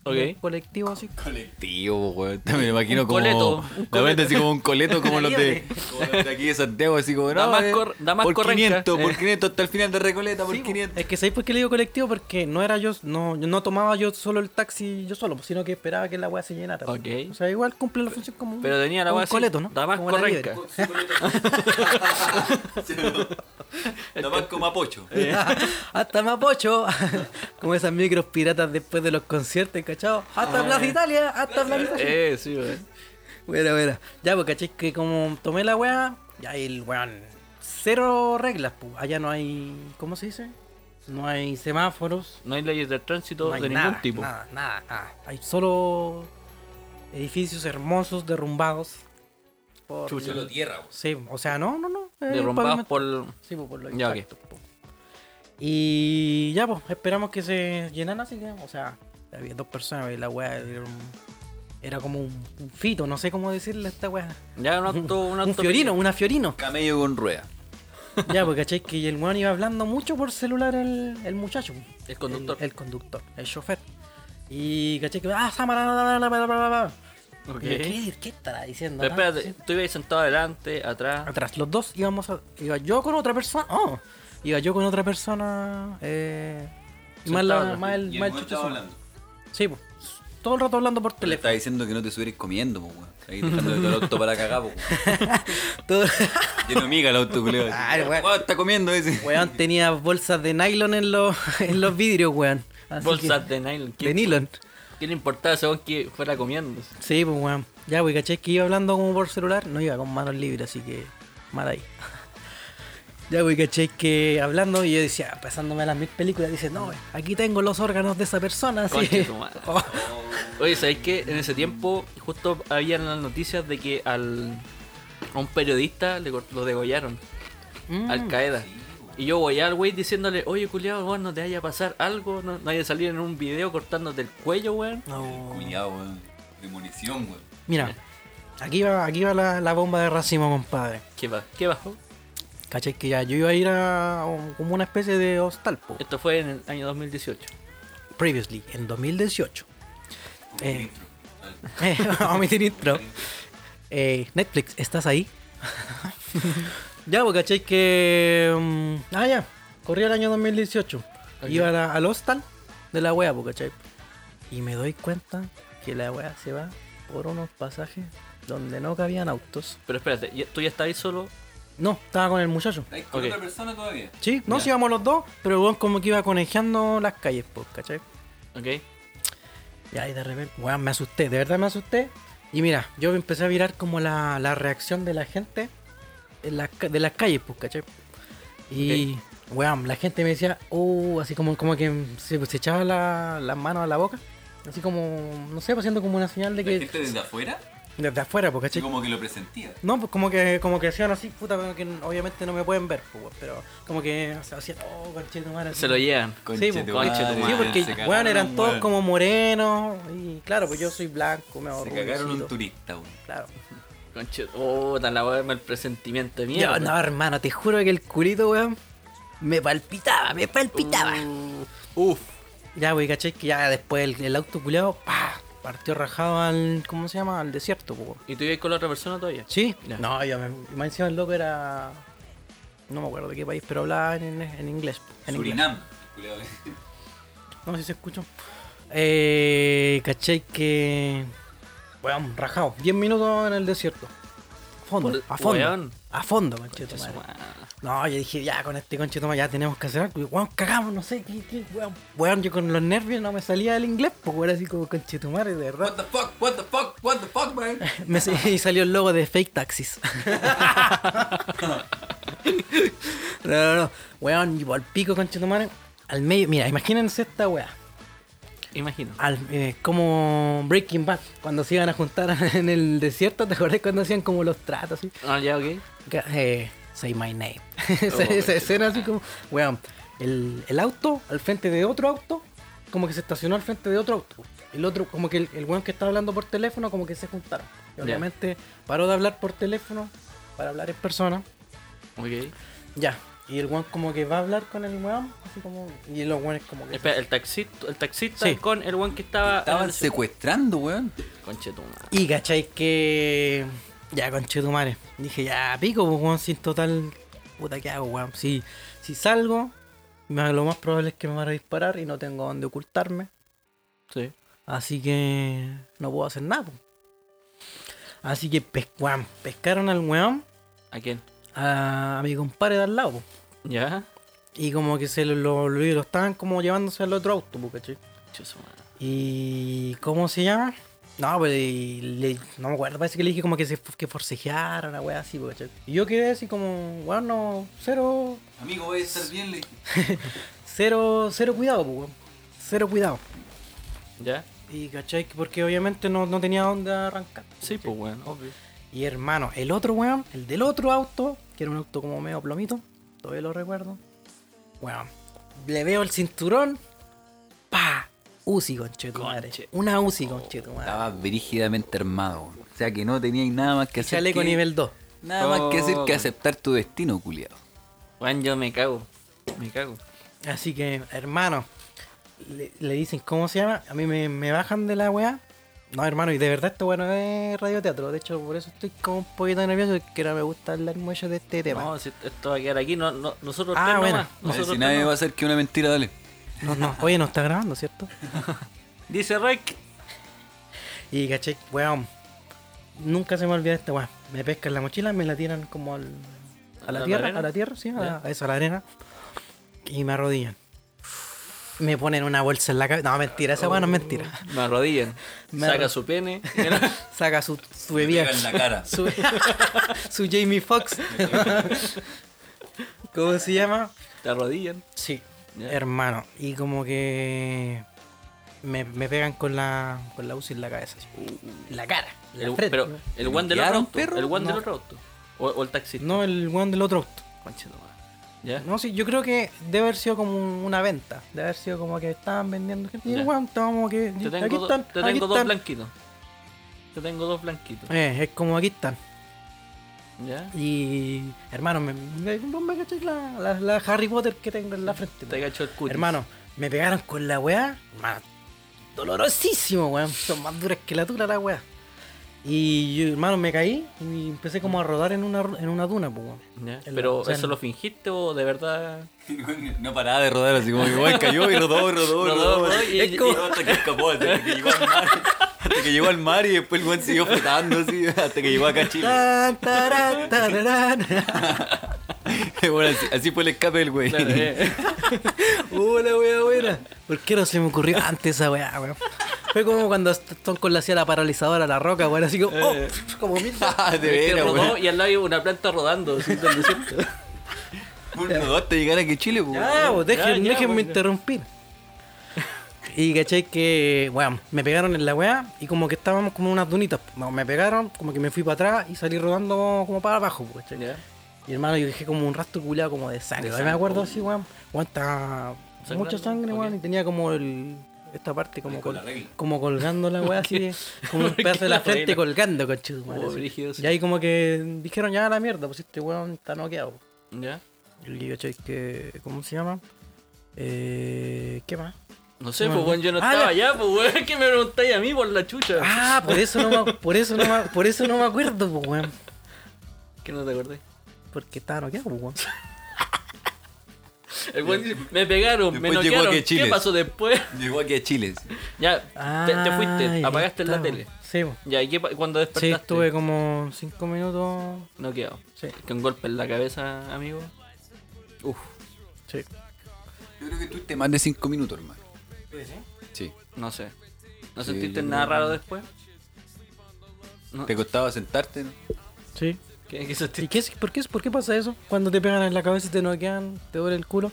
Ok.
Un colectivo así.
Colectivo, weón. Me lo imagino como.
coleto, un
de repente así como un coleto como
La
los de, como los de aquí de Santiago, así como. No,
Damasco-
eh,
Damasco
por
Renca.
500, por
Eh.
500 hasta el final de Recoleta, por
Sí,
500.
Es que ¿sabéis por qué le digo colectivo? Porque no era yo, no, yo no tomaba yo solo el taxi yo solo, sino que esperaba que la weá se llenara.
Ok.
O sea, igual cumple la función como un-
Pero tenía la
como un
weá así,
coleto, ¿no?
Damasco
Como la
Renca.
liebre.
Damasco Mapocho.
Eh,
Hasta Mapocho, como esas micros piratas después de los conciertos, ¿cachado? Hasta Plaza Italia, hasta Plaza Italia.
Eh, sí, weón.
Bueno, bueno. Ya, pues caché que como tomé la weá, ya el weón. Cero reglas, pues. Allá no hay. ¿Cómo se dice? No hay semáforos.
No hay leyes de tránsito
no hay
de ningún
nada,
tipo.
Nada, nada, nada. Hay solo edificios hermosos derrumbados. Por...
Solo tierra, weón.
Sí, o sea, no, no, no. eh,
Derrumbados
pavimento.
por.
Sí, pues, por los
Ya, ok.
impactos, po. Y ya, pues, esperamos que se llenan así que, o sea, había dos personas y la weá era, un- era como un, un fito, no sé cómo decirle a esta weá.
Ya un auto. Un,
Un
auto-
fiorino, una fiorino.
Camello con rueda.
ya, pues, ¿cachai? Que el weón iba hablando mucho por celular el, el muchacho.
El conductor.
El, el conductor, el chofer. Y, ¿cachai? Que, ah, Samara, bla, bla, bla, bla, bla, bla.
Ok.
Y yo, ¿Qué, ¿Qué estará diciendo?
Pero
acá?
espérate, tú ibas sentado adelante, atrás.
atrás. Los dos íbamos a. Iba yo con otra persona. Oh, iba yo con otra persona. Eh, y más, la-
Sentado,
más el,
Y
más el
weón
chuchazo.
estaba hablando.
Sí, po. todo el rato hablando por
Tú Le
teléfono.
estaba diciendo que no te subieras comiendo, po, weón. Ahí dejándole todo el auto para cagar, po, weón.
Todo-
Lleno miga el auto, culeo.
Ay, weón.
Weón, está comiendo ese.
weón tenía bolsas de nylon en los, en los vidrios, weón. Así
Bolsas
que-
de nylon.
de nylon.
¿Qué le importaba según que fuera comiendo?
Sí, pues, weón. Ya, wey, caché que iba hablando como por celular. No iba con manos libres, así que. Mal ahí. Ya, wey, caché que hablando y yo decía, pasándome las mil películas, dice, no, wey, aquí tengo los órganos de esa persona, así
Conche
que- Oh.
tu madre. Oye, ¿sabéis que en ese tiempo justo habían las noticias de que al a un periodista le cort- lo degollaron?
Mm.
Al Qaeda. Y yo voy al güey diciéndole, oye culiado, weón, no te vaya a pasar algo, no, no haya salido en un video cortándote el cuello, weón.
No.
Cuñado, weón. De munición, weón.
Mira, aquí va, aquí va la, la bomba de racimo, compadre.
¿Qué, ba- ¿Qué bajó?
¿Cachai? Que ya yo iba a ir a un- como una especie de hostal, po.
Esto fue en el año 2018.
Previously, en 2018. Eh, eh, vamos a omitir intro. Eh, Netflix, ¿estás ahí? ya, pues, ¿cachai? Que... mm, ah, ya. Corría el año 2018. Iba a la- al hostal de la wea, pues, ¿cachai? Y me doy cuenta que la wea se va por unos pasajes donde no cabían autos.
Pero espérate, ¿ya- ¿tú ya estabas ahí solo?
No, estaba con el muchacho.
¿Estáis con
Ok.
otra persona todavía?
Sí, no,
Ya.
si íbamos los dos, pero el weón como que iba conejeando las calles, pues, ¿cachai?
¿Ok?
Y ahí de repente, weón, me asusté, de verdad me asusté. Y mira, yo me empecé a mirar como la, la reacción de la gente en las ca- de las calles, pues, ¿cachai? Y, weón, la gente me decía, uh, así como, como que se, se echaba la- las manos a la boca. Así como, no sé, pues, haciendo como una señal de
¿La
que...
gente desde afuera?
Desde afuera, pues,
Sí,
¿cachai?
como que lo presentía.
No, pues como que, como que hacían así, puta, como que obviamente no me pueden ver, pues, weón, pero como que hacían, oh, conchito, madre.
Se lo llevan.
Sí,
Conche
pues,
tu madre,
conche tu
se
madre.
Sí, porque,
cagaron
weón, eran
un
todos
weón.
como morenos. Y claro, pues yo soy blanco, me
Se cagaron
turista.
un turista, weón.
Claro.
Conche, oh, tan la weón, el presentimiento de
Yo,
mierda.
no, hermano, te juro que el culito, weón, me palpitaba, me palpitaba.
Uh,
Uf.
Ya, wey, caché que ya después el, el auto culeado, pa, partió rajado al. ¿Cómo se llama? Al desierto, po.
¿Y tú vives con la otra persona todavía?
¿Sí?
Ya.
No, yo me. y Más encima el loco era. No me acuerdo de qué país, pero hablaba en, en inglés. po, En inglés.
Surinam. culiao.
No sé si se escuchó. Eh, caché que. Weón, rajado. 10 minutos en el desierto. fondo,
Por-
a fondo.
weón.
A fondo, conchito madre. No, yo dije, ya con este conchito madre ya tenemos que hacer algo. Y, weón, cagamos, no sé, qué, qué, weón. Weón, yo con los nervios no me salía el inglés, pues weón, así como conchito madre, de verdad.
What the fuck, what the fuck, what the fuck, man.
Me sa- y salió el logo de Fake Taxis. no, no, no. Weón, y al pico, conchito madre. Al medio, mira, imagínense esta weá.
Imagino.
al- eh, como Breaking Bad, cuando se iban a juntar en el desierto, ¿te acordás cuando hacían como los tratos? Así?
Ah, ya, ok.
Ca- eh, say my name.
Oh,
esa, esa escena así como, weón, el, el auto al frente de otro auto, como que se estacionó al frente de otro auto. El otro, como que el, el weón que estaba hablando por teléfono, como que se juntaron. Y
Ya.
obviamente paró de hablar por teléfono para hablar en persona.
Ok.
Ya. Y el weón como que va a hablar con el weón, así como, y los weones como que...
Espera, el taxista, el taxista
Sí.
con el one que estaba.
Estaban secuestrando, weón.
Conchetuma.
Y cachai que. Ya, conchetumare. Dije, ya, pico, pues, weón, sin total. Puta, ¿qué hago, weón? Si, si salgo, me- lo más probable es que me van a disparar y no tengo dónde ocultarme.
Sí.
Así que. No puedo hacer nada, pues. Así que, pes- weón, pescaron al weón,
¿A quién?
a, a mi compadre de al lado, pues.
¿Ya?
Y como que se lo, lo, lo estaban como llevándose al otro auto, pues, cachai.
Chusuma.
¿Y cómo se llama? No, pues y le- no me acuerdo, parece que le dije como que se que forcejearon, una wea así, pues, ¿cachai? Y yo quedé así como, weón, no, cero,
Amigo, voy a estar bien, le dije.
cero, cero cuidado, pues, weón. Cero cuidado.
¿Ya?
Y cachai, que porque obviamente no, no tenía dónde arrancar.
Sí, pues bueno, obvio.
Y hermano, el otro weón, el del otro auto, que era un auto como medio plomito, todavía lo recuerdo. Weón, le veo el cinturón, pa, Uzi, conchetumare.
Conche-
Una Uzi, conchetumare.
Estaba brígidamente armado, weón. O sea que no teníais nada más que hacer.
Chaleco
que-
nivel 2.
Nada más que hacer
Oh,
que
weón.
aceptar tu destino, culiado.
Juan, yo me cago. Me cago.
Así que, hermano, le, le dicen cómo se llama. A mí me, me bajan de la weá. No, hermano, y de verdad esto bueno es radioteatro. De hecho, por eso estoy como un poquito nervioso, que no me gusta hablar mucho de este tema.
No, si esto va a quedar aquí, no, no, nosotros
Ah,
tres
bueno.
nomás.
A ver,
Nosotros
si
tres
nadie va a
nomás.
hacer que una mentira, dale.
No, no, oye, no está grabando, ¿cierto?
Dice Rick.
Y caché, weón, nunca se me olvida esta weá. Me pescan la mochila, me la tiran como al, a la, tierra,
arena?
a la tierra, sí, a, la- a eso, a la arena. Y me arrodillan. Me ponen una bolsa en la cabeza. No, mentira, esa weá no es mentira.
Me arrodillan.
Me
Saca
arro-
su pene. Mira.
Saca su, su bebida.
pega en la cara.
Su, su Jamie Foxx. ¿Cómo se llama?
Te arrodillan.
Sí.
Ya.
Hermano. Y como que me, me pegan con la, con la UCI en la cabeza. así. En la cara. en la
El-
frente.
pero el one del otro
¿Pillaron,
auto.
perro?
El one del
No.
otro auto. O, o el taxista.
No, el weón del otro auto.
Conchetuma. ¿Ya?
No, sí, yo creo que debe haber sido como una venta. Debe haber sido como que estaban vendiendo gente. Y el
Ya.
weón, como que.
Te tengo,
aquí
do-
están.
te
aquí
tengo dos
están.
blanquitos. Te tengo dos blanquitos.
Eh, es como aquí están.
¿Ya?
Y hermano, me, me, me caché la, la, la Harry Potter que tengo en la frente.
Te cacho el cutis.
Hermano, me pegaron con la weá. Hermano, dolorosísimo, weón. Son más duras que la dura la weá. Y yo, hermano, me caí y empecé como a rodar en una, en una duna, pues, weón.
¿Ya?
En la-
Pero
o sea,
eso lo fingiste o de verdad.
No paraba de rodar, así como que igual cayó y rodó, y rodó, y
Rodó,
rodó.
rodó, y-
es como hasta que escapó, hasta que llegó al mar. Hasta que llegó al mar y después el buen siguió flotando así, hasta que llegó acá a Chile.
Tan, tarán, tararán.
Bueno, así, así fue el escape del güey.
Claro, eh.
Hola, Uh, weá, buena. ¿Por qué no se me ocurrió antes esa weá, weón? Fue como cuando Stone Cold le hacía la paralizadora a la roca, weón. Así como,
Eh.
oh, como mierda.
Ah, de
Que
veras,
rodó
güey.
y al lado hay una planta rodando. así, del desierto.
Un rodó hasta llegar aquí a Chile, güey.
Ya, pues, dejen-
ya,
déjenme
pues, ya.
interrumpir. Y caché que, weón, me pegaron en la weá y como que estábamos como unas dunitas. No, me pegaron, como que me fui para atrás y salí rodando como para abajo, pues, ¿cachai?
¿Ya?
Y hermano, yo dejé como un rastro culiado como de sangre.
De
Ahí
sangre,
me acuerdo
uy.
así, weón. Weón, estaba
¿Sangrando?
mucha sangre, weón,
Ok.
y tenía como el. Esta parte como,
con
col-
la regla.
como colgando la weá así, de- como un pedazo de la
La regla.
frente colgando, coche.
Oh, brígido, sí.
y ahí como que dijeron ya a la mierda, pues este weón está noqueado.
¿Ya?
Y yo che, que. ¿Cómo se llama? Eh, ¿Qué más?
No sé,
No,
pues
no.
bueno, yo no
Ah,
estaba
ya.
allá, pues weón, que me preguntáis a mí por la chucha.
Ah, por eso no me, por eso no me- por eso no me acuerdo, pues weón.
Que no te acordé.
Porque estaba noqueado, pues weón.
El weón dice, me pegaron, me
Después llegó
noquearon.
aquí a Chile.
¿Qué pasó después?
Llegó aquí a Chile.
Ya, te, te
Ah,
fuiste,
ya
apagaste la
está,
tele.
weón. Sí, po.
Ya, ¿y qué pa- cuando
sí,
despertaste?
estuve como 5 minutos.
No quedó.
Sí.
Con golpe en la cabeza, amigo. Uf.
Sí.
Yo creo que tuviste más de 5 minutos, hermano. Sí.
No sé. ¿No
Sí,
sentiste
yo
nada
creo que
raro
no.
después? No.
¿Te costaba sentarte? no?
Sí.
¿Qué, qué
¿Y
sentiste?
qué, es- por, qué, por qué pasa eso? Cuando te pegan en la cabeza y te noquean, te duele el culo.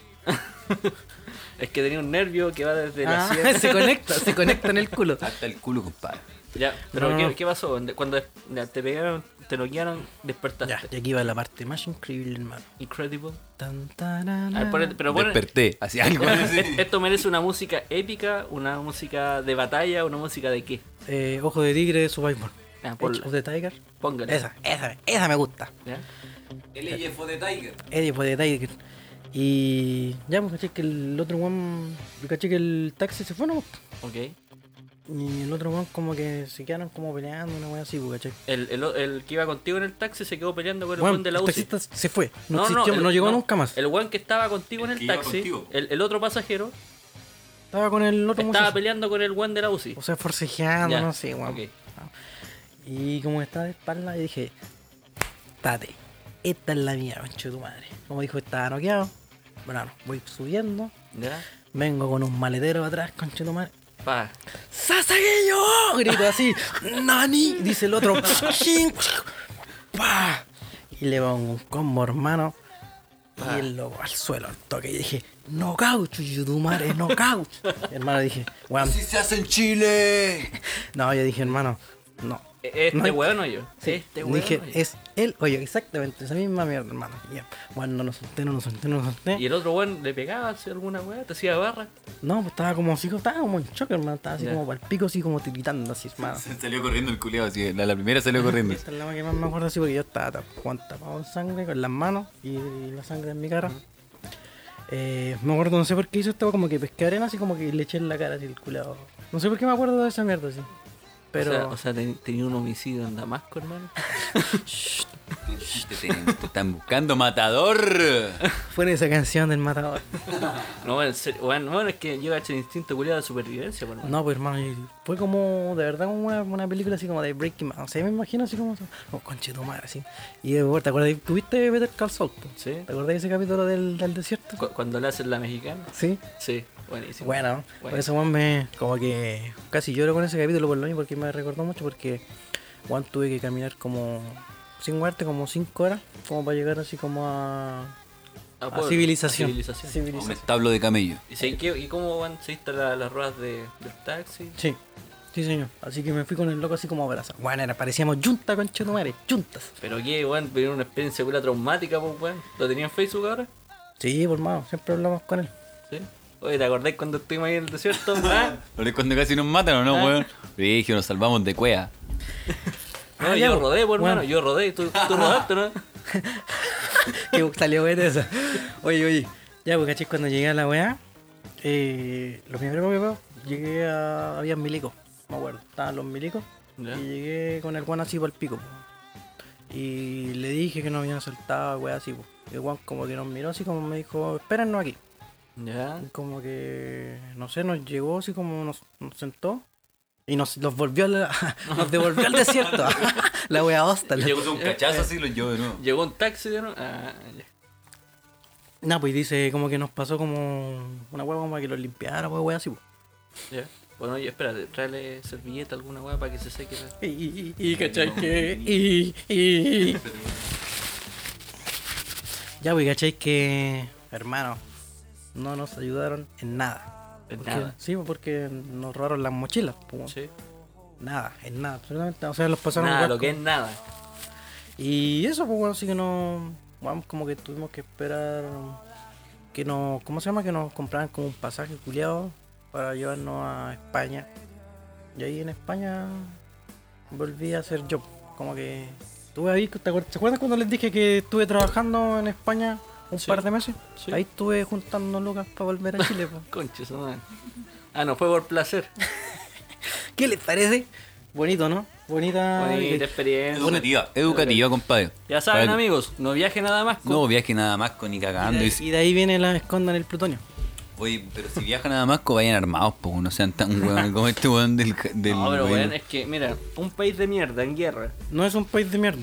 Es que tenía un nervio que va desde la
Ah,
sien.
se conecta, se conecta en el culo.
Hasta el culo, compadre.
Ya, pero
No, no,
¿qué,
no.
qué pasó? ¿Dónde- Cuando des- ya, te pegaron, te noquearon, despertaste.
Ya, y aquí va la parte más increíble, hermano.
Incredible.
Tan, tarana.
A ver, ponete- pero bueno,
Desperté, hacía algo así.
esto merece una música épica, una música de batalla, una música de qué.
Eh, Ojo de tigre, Survivor.
Ah, ponla.
Edge of the Tiger.
Póngale.
Esa, esa, esa me gusta.
¿Ya?
El fue de Tiger.
Edge of the Tiger. Y ya, pues caché que el otro one. Yo caché que el taxi se fue, ¿no?
Ok.
Y el otro one, como que se quedaron como peleando, una wea así, pues, caché.
El, el, el que iba contigo en el taxi se quedó peleando con el
Weón,
weón de la
el
UCI.
taxista se fue. No, existió,
el-
no llegó nunca más.
El weón que estaba contigo
El
en
que
el
iba
taxi,
contigo.
el, el otro pasajero,
Estaba con el otro
estaba
muchacho.
peleando con el weón de la UCI.
O sea, forcejeando,
Ya,
no sé, weón.
ok.
Y como que estaba de espalda, yo dije, tate, esta es la mía, concho de tu madre. Como dijo, estaba noqueado. Bueno, no, voy subiendo,
¿Ya?
vengo con un maletero atrás, concho de tu madre.
Pa.
¡Sasaguillo! Grito así, ¡Nani! Dice el otro, ¡Chin! ¡Pa! Y le va un combo, hermano. Y el loco al suelo, al toque. Y dije, no caucho, Yutumare, no caucho. hermano, dije, weón,
Así se hace en Chile.
no, yo dije, hermano, no.
E-
No hay-
Este weón o yo.
Sí,
Este weón.
dije,
o yo.
es él, oye, exactamente, esa misma mierda, hermano. Ya, Bueno, no lo solté, no lo solté, no lo solté.
Y el otro weón le pegaba hacía alguna weá, te hacía barra.
No, pues estaba como así, estaba como en choque, hermano, estaba así
Ya.
como para el pico, así como tiritando, así, hermano.
Se salió corriendo el culeado, así. La, la primera salió corriendo.
Esta es la que más me acuerdo así porque yo estaba tap- Juan tapado en sangre con las manos y, y la sangre en mi cara. Eh, me acuerdo, no sé por qué hizo esto, como que pesqué arena así como que le eché en la cara así el culado. No sé por qué me acuerdo de esa mierda así. Pero
O sea, o sea, ten- tenía un homicidio en Damasco, hermano.
Te, te- te están buscando matador.
fuera de esa canción del matador.
No, en serio, weón, no, es que yo caché el instinto culiado de supervivencia, por
No, pues hermano, y fue como, de verdad, como una, una película así como de Breaking Man. O sea, me imagino así como, como conche tu madre, así. Y de vuelta, ¿te acuerdas? ¿Tuviste Better Call Saul? po?
Sí.
¿Te acordás de ese capítulo del, del desierto?
Cu- Cuando le hacen la mexicana.
Sí.
Sí, buenísimo.
Bueno, por
Bueno.
eso weón, me como que casi lloro con ese capítulo por lo mismo porque me recordó mucho porque Juan tuve que caminar como sin muerte como 5 horas como para llegar así como a,
Ah,
a
pueblo,
civilización.
a civilización.
Civilización.
Un establo de camello.
¿Y, se- qué- y cómo van se instalan las ruedas de, del taxi?
Sí. Sí, señor. Así que me fui con el loco así como abrazado. Bueno, era, parecíamos yunta con chetumares, yuntas.
Pero qué, weón, vivieron una experiencia culiada traumática, pues, weón. ¿Lo tenía en Facebook ahora?
Sí, por mano, siempre hablamos con él.
¿Sí? Oye, ¿te acordás cuando estuvimos ahí en el desierto? ah?
¿No es cuando casi nos matan o no,
Ah.
weón? Vigio, nos salvamos de cuea.
No,
Ah, ya,
yo
pues.
rodé, pues, hermano,
Bueno.
yo rodé. Tú, tú rodaste, ¿no?
que salió buena esa. Oye, oye. Ya, pues caché, cuando llegué a la weá, eh, lo primero que me pasó, llegué a. Había milicos, me acuerdo. Estaban los milicos.
Ya.
Y llegué con el guan así para el pico. po. Y le dije que nos habían asaltado, weá, así. po. Y el guan como que nos miró así, como me dijo, espérennos aquí.
Ya.
Y como que, no sé, nos llegó así como nos, nos sentó. Y nos, los volvió a la- nos devolvió al desierto. la wea hosta. la-
Llegó un cachazo así, lo llevo de nuevo.
Llegó un taxi, ¿no? Ah, ya.
Nah, pues dice como que nos pasó como una hueá como para que lo limpiara, pues hueá así. pues.
ya. Bueno, oye, espérate, tráele servilleta alguna weá para que se seque. la-
Y, y, y, y, cachai que. Y, y. Ya, pues cachai que. Hermano, no nos ayudaron en nada.
En
Porque-
nada.
Sí, pues, porque nos robaron las mochilas. pues,
Sí.
Nada, en nada, absolutamente. O sea, los pasaron
Nada,
igual
lo
como-
que es nada.
Y eso, pues bueno, así que no. Vamos, como que tuvimos que esperar. Que nos. ¿Cómo se llama? Que nos compraran como un pasaje culiado para llevarnos a España. Y ahí en España volví a hacer job. Como que. Estuve ahí, ¿te acuerdas, ¿se acuerdan cuando les dije que estuve trabajando en España un
Sí.
par de meses?
Sí.
Ahí estuve juntando lucas para volver a Chile. pues.
Conche, su madre. Ah, no, fue por placer.
¿Qué les parece? Bonito, ¿no? Bonita.
Bonita experiencia.
Educativa, educativa, compadre.
Ya saben,
Para-
amigos, no viaje nada más.
No viaje nada más con ni cagando. Y,
Y de ahí viene la esconda en el plutonio.
Oye, pero si viajan nada más, vayan armados, pues no sean tan hueones como este hueón del. del
No, pero
del-
weón, es que, mira, un país de mierda, en guerra,
No es un país de mierda.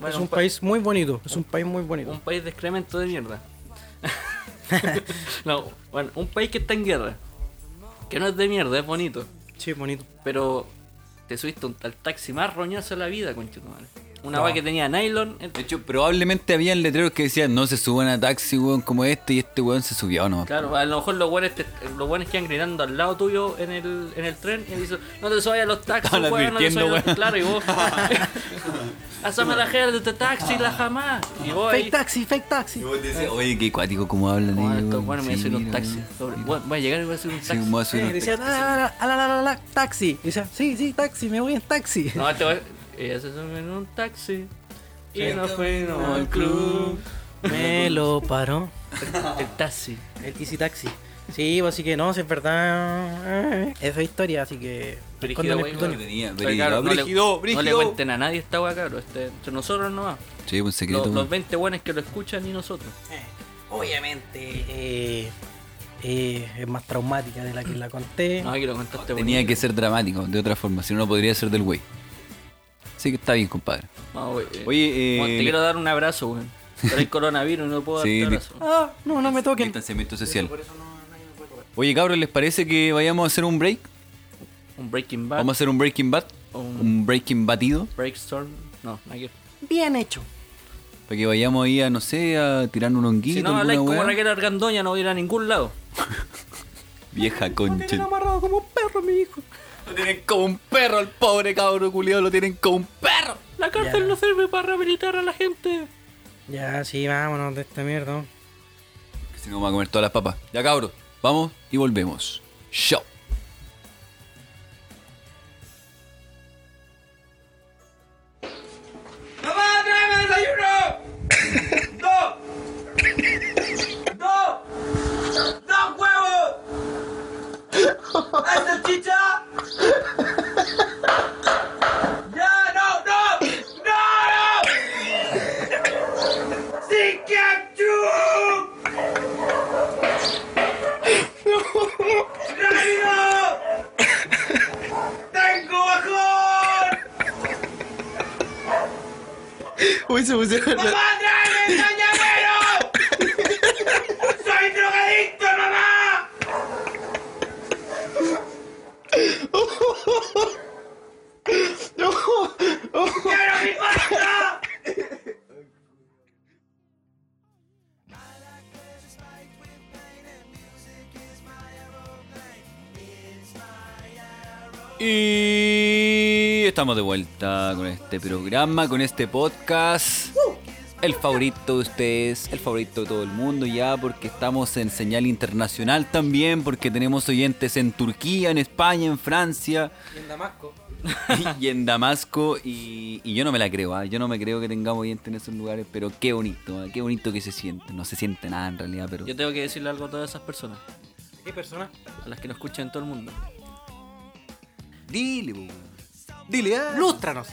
Bueno,
es un
un pa-
país muy bonito. Es un país muy bonito.
un país de excremento de mierda. no, bueno, un país que está en guerra, que no es de mierda, es bonito,
Sí, bonito.
pero te subiste un, al taxi más roñoso de la vida, conchetumare. Una
No.
va que tenía nylon, el-
De hecho, probablemente habían letreros que decían no se suban a taxi, weón, como este, y este weón se subió nomás.
Claro, a lo mejor los buenos, te- los buenos quedan gritando al lado tuyo en el, en el tren y dicen, no te subas a los taxis,
Estaban
weón, no te subas a los
advirtiendo,
Claro, y vos, hazme la jerga de este taxi, la jamás. Y vos
Fake
ahí,
taxi, fake taxi.
Y vos decís, oye, qué cuático, cómo hablan
"Bueno,
ellos.
estos
weón".
buenos me
Sí,
dicen un
mira,
taxi.
weón.
Sobre- bueno, voy a llegar y voy a hacer un
Sí,
taxi.
me voy a subir
Sí,
un
decía,
taxi.
"Ah, la, la, la, la, la, la, taxi. Y decía, sí, sí, taxi, me voy en taxi.
No, te voy ella se subió en un taxi y nos fuimos al club.
Me lo paró.
El taxi.
El Easy Taxi. Sí, pues, así que no, si es verdad. eh, Esa historia, así que.
Brígido,
escóndame el
wey,
plutonio.
wey.
Tenía,
Pero,
brígido,
claro, no le-
brígido,
No le
brígido.
cuenten a nadie esta weá, cabrón. Este, entre nosotros nomás.
Sí, pues, un secreto.
Los, los
weón.
20 buenos que lo escuchan y nosotros.
Obviamente, eh, eh, es más traumática de la que la conté.
No, aquí lo este contaste
Tenía
bonito.
que ser dramático, de otra forma, si no, no podría ser del güey. Así que está bien, compadre.
Vamos, güey.
Oye, eh,
Juan, te
le-
quiero dar un abrazo, güey. Pero hay coronavirus y no puedo
Sí,
darte
di-
abrazo.
Ah, no, no me toquen.
Distanciamiento social. Oye, cabros, ¿les parece que vayamos a hacer un break?
Un Breaking Bad,
Vamos a hacer un breaking bat,
Un-
un breaking batido,
Breakstorm. No, aquí.
Bien hecho.
para que vayamos ahí a, no sé, a tirar un honguito,
Si no
alguna
habláis como
weá.
Raquel Argandoña, no voy a ir a ningún lado.
Vieja
Lo
concha.
tienen amarrado como un perro, mi hijo.
Lo tienen como un perro, el pobre cabro culiado, lo tienen como un perro.
La
cárcel Ya. no
sirve para rehabilitar a la gente.
Ya, sí, vámonos de esta mierda.
Si no, vamos a comer todas las papas. Ya, cabros, vamos y volvemos. Chao. Y estamos de vuelta con este programa, con este podcast. El favorito de ustedes, el favorito de todo el mundo ya, porque estamos en señal internacional también, porque tenemos oyentes en Turquía, en España, en Francia
Y en Damasco.
y en Damasco. Y, y yo no me la creo, ¿ah? yo no me creo que tengamos oyentes en esos lugares, pero qué bonito, ¿ah? qué bonito que se siente. No se siente nada en realidad, pero
Yo tengo que decirle algo a todas esas personas,
¿Qué persona?
a las que nos escuchan en todo el mundo.
dile, po, weón. dile, ah.
¡Lústranos!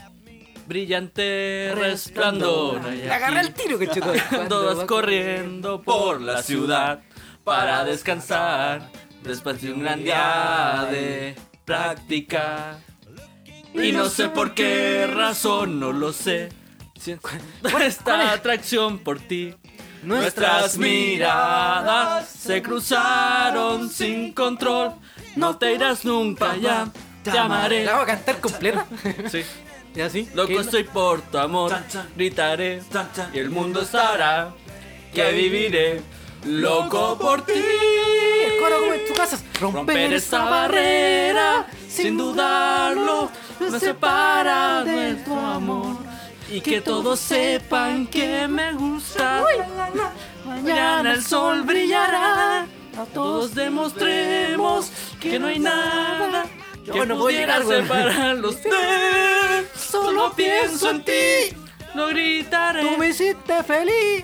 Brillante resplandor.
Le agarré el tiro que chocó.
Todos corriendo por la ciudad para descansar después de un gran día de práctica. Y no sé por qué razón, no lo sé. Siento Esta atracción por ti. Nuestras miradas se cruzaron sin control. No te irás nunca ya. Te amaré.
¿La voy a cantar completa?
Sí.
¿Y así?
Loco estoy por tu amor, gritaré y el mundo estará que viviré. Loco por ti.
Coro como en tu casa.
Romper esta barrera sin dudarlo me separa de tu amor y que todos sepan que me gusta. Mañana el sol brillará. A todos demostremos que no hay nada que
Yo no puedo
pudiera
llegar, güey.
separarlos de. Solo pienso en ti. Lo gritaré.
Tú me hiciste feliz.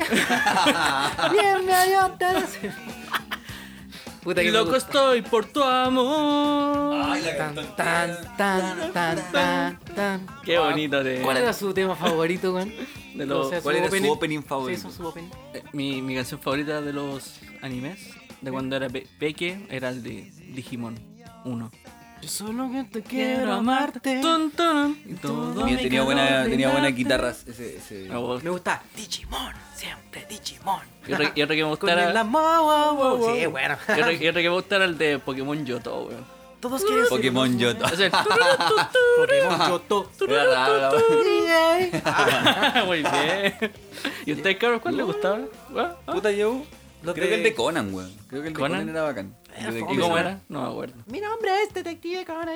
Bien, me ayudaste. Puta
Y
que
loco
loco.
estoy por tu amor.
Tan, tan, tan, tan, tan, tan.
Qué bonito de.
¿Cuál era su tema favorito, weón?
De los-
¿Cuál era su opening favorito?
Sí, su opening.
Eh, Mi, mi canción favorita de los animes de cuando era pe- peque era el de Digimon 1.
Yo solo que te
Tun, tun, y todo
Tenía,
me
tenía
quedó
buena, tenía buenas
brindarte.
guitarras. Ese, ese-
Ah, bueno.
Me gusta.
Digimon, siempre Digimon.
Y otro, y otro que me
Con el
gustara.
amor. wow, wow, wow.
Sí, bueno.
Y otro, y otro que me gustara el de Pokémon Yoto, weón.
Todos quieren ser
Pokémon Yoto.
Es el.
Pokémon Yoto.
Era raro, la wea.
Muy bien. ¿Y a ustedes, cabros, cuál les gustaba? Ah, ah.
Puta, yo.
Los
Creo que
de-
el de Conan, weón. Creo que el de
¿Conan?
Conan, era bacán. Yo de
¿Y
que-
cómo era? No me acuerdo.
Mi nombre es Detective Conan.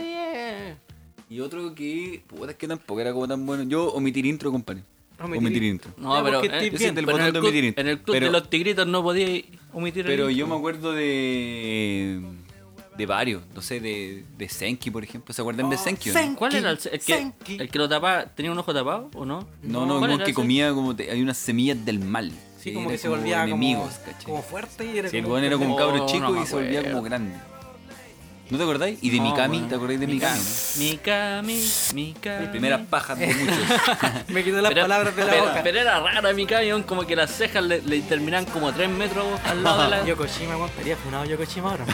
Y otro que. Puta, es que tampoco era como tan bueno. Yo omitir intro, compadre.
Omitir-
Omitir, intro.
No,
Ya,
pero,
porque
eh,
estoy
Yo
yo
siento el
pero en,
botón
el
de
club,
omitir intro.
en el club
Pero-
de los tigritos no podía omitir el
Pero
intro.
yo me acuerdo de. de varios. No sé, de, de Senki, por ejemplo. ¿Se acuerdan de
Oh,
Senki? o no?
¿Cuál era el, el que,
Senki.
el que lo tapaba? ¿Tenía un ojo tapado o no?
No, no,
¿Cuál
como
era
que
ese?
comía como. te- hay unas semillas del mal.
Sí, como
era
que se volvía como-
enemigos, ¿cachai?
Como fuerte y era
Sí, el
como-
weón era como un
Oh,
cabro chico
no
y se volvía
me acuerdo.
como grande. ¿No te acordáis? Y de
No,
Mikami,
weón.
¿te acordáis de Mikami? no?
Mikami, Mikami.
Mis primeras pajas de muchos.
Me quitó las
Pero-
palabras de la
pero-
boca.
Pero era rara Mikami, weón, como que las cejas le, le terminaban como 3 metros al lado de la.
Yokoshima, weón, estaría funado Yokoshima ahora.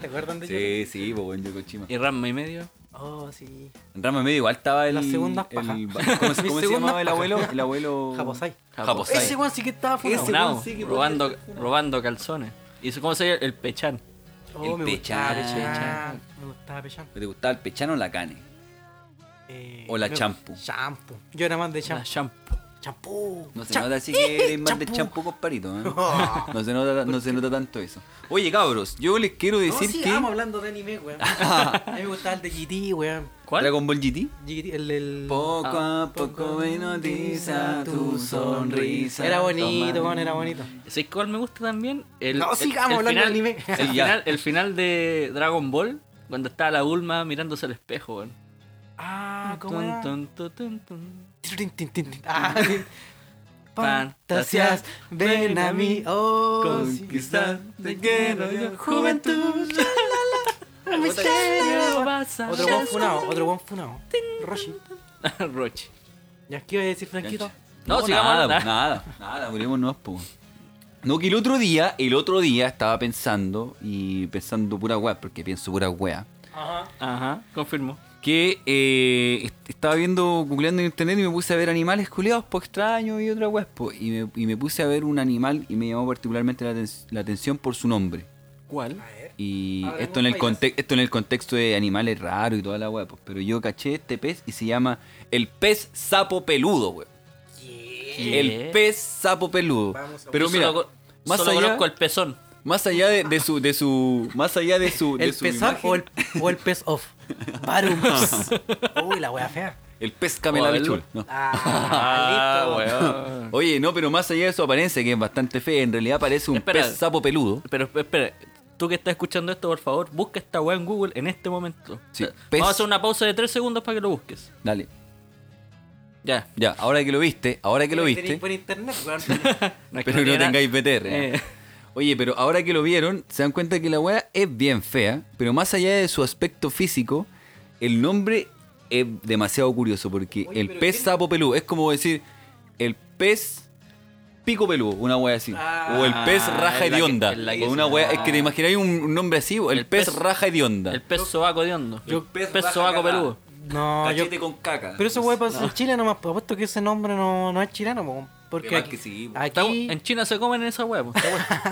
¿Te acuerdan de Yokoshima?
Ah. sí, sí, pues buen Yokochima.
Y Rama y medio.
Oh, sí.
Rama medio igual estaba el.
Las segundas
el-
pajas.
¿Cómo, se-
Mis
cómo se
segundas
llamaba el
pajas.
abuelo? El abuelo.
Japosai.
Japosai.
Ese weón sí que estaba funado. Oh,
Ese
Funao,
weón sí que
robando, robando calzones. ¿Y eso cómo se llama? El pechán.
Oh,
El
me gustaba
Pechan.
Pechan. Me gustaba Pechan.
¿Te gustaba el pechano o la cane?
Eh,
O la
me-
champú.
Champú. Yo era más de
La
champú.
shampoo.
Champú.
No se
Cha- eh,
nota así que eres más de champú, comparito. No, se nota, no se nota tanto eso. Oye, cabros, yo les quiero
No,
decir
sí,
que.
vamos hablando de anime, weón. A mí me gustaba el de GT, weón.
¿Cuál?
Dragon Ball GT.
GT, el del...
Poco a poco me notiza tu sonrisa.
Era bonito,
Tomando-
weón, era bonito.
¿Sabes cuál me gusta también? El,
No,
el-
sigamos hablando de anime.
El
Ya.
final, el final de Dragon Ball, cuando está la Bulma mirándose al espejo, weón.
Ah, ¿cómo era?
Tun, tun, tun, tun.
Tin, tin, tin, tin. Ah, tin.
Fantasías,
Fantasías, ven a mí, oh,
Conquistar, te quiero yo,
juventud.
Misterio vas a
Otro buen funado, otro buen funado. Roshi.
Roche.
¿Ya qué iba a decir, Franquito?
No, sigamos
nada,
hablando.
po, nada, nada, volvemos nomás, po. No, que el otro día, el otro día estaba pensando, y pensando pura weá, porque pienso pura weá,
Ajá, confirmo.
que eh, est- estaba viendo, googleando en internet y me puse a ver animales culiados, po, extraños y otra weá, po. Y me, y me puse a ver un animal y me llamó particularmente la, aten- la atención por su nombre.
¿Cuál?
Y
Hablemos
esto en, el
pailas.
conte- esto en el contexto de animales raros y toda la weá, pues. Pero yo caché este pez y se llama el pez sapo peludo, weón. El pez sapo peludo.
Vamos a-
Pero
Yo
mira,
solo, co-
más,
solo
allá,
conozco el pezón.
más allá de, de su, de su. Más allá de su. de
¿El
su
pez
imagen,
up o el, o el pez off? Barum. Uy, la wea fea.
el pez
Oh,
camelabichul. No.
Ah,
weón.
Oye, no, pero más allá de su apariencia, que es bastante fea, en realidad parece un
Espera.
pez sapo peludo.
Pero espera, tú que estás escuchando esto, por favor, busca esta weá en Google en este momento.
Sí, pez-
Vamos a hacer una pausa de 3 segundos para que lo busques.
Dale.
Ya.
Ya, ahora que lo viste, ahora que lo viste.
Tenéis Por internet, weón.
No es que
Pero que no
tiene nada-
tengáis PTR.
Eh.
Oye, pero ahora que lo vieron, se dan cuenta que la weá es bien fea, pero más allá de su aspecto físico, el nombre es demasiado curioso porque
Oye,
el
pero
pez
¿quién-
sapo peludo es como decir el pez pico peludo, una weá así.
Ah,
o el pez
es
raja
la que-
hedionda.
es la que
O
se-
una weá, es que te imagináis un, un nombre así, o el,
El
pez,
pez-
raja hedionda.
El pez sobaco de hondo.
Yo-
El pez,
raja
sobaco peludo.
No, yo...
Cachete con caca.
Pero eso wea pasa en Chile nomás. pues, Apuesto que ese nombre no, no es chileno, weón. Porque
Además
aquí,
que sí, po.
Está-
aquí
En China se comen esa hueá. po.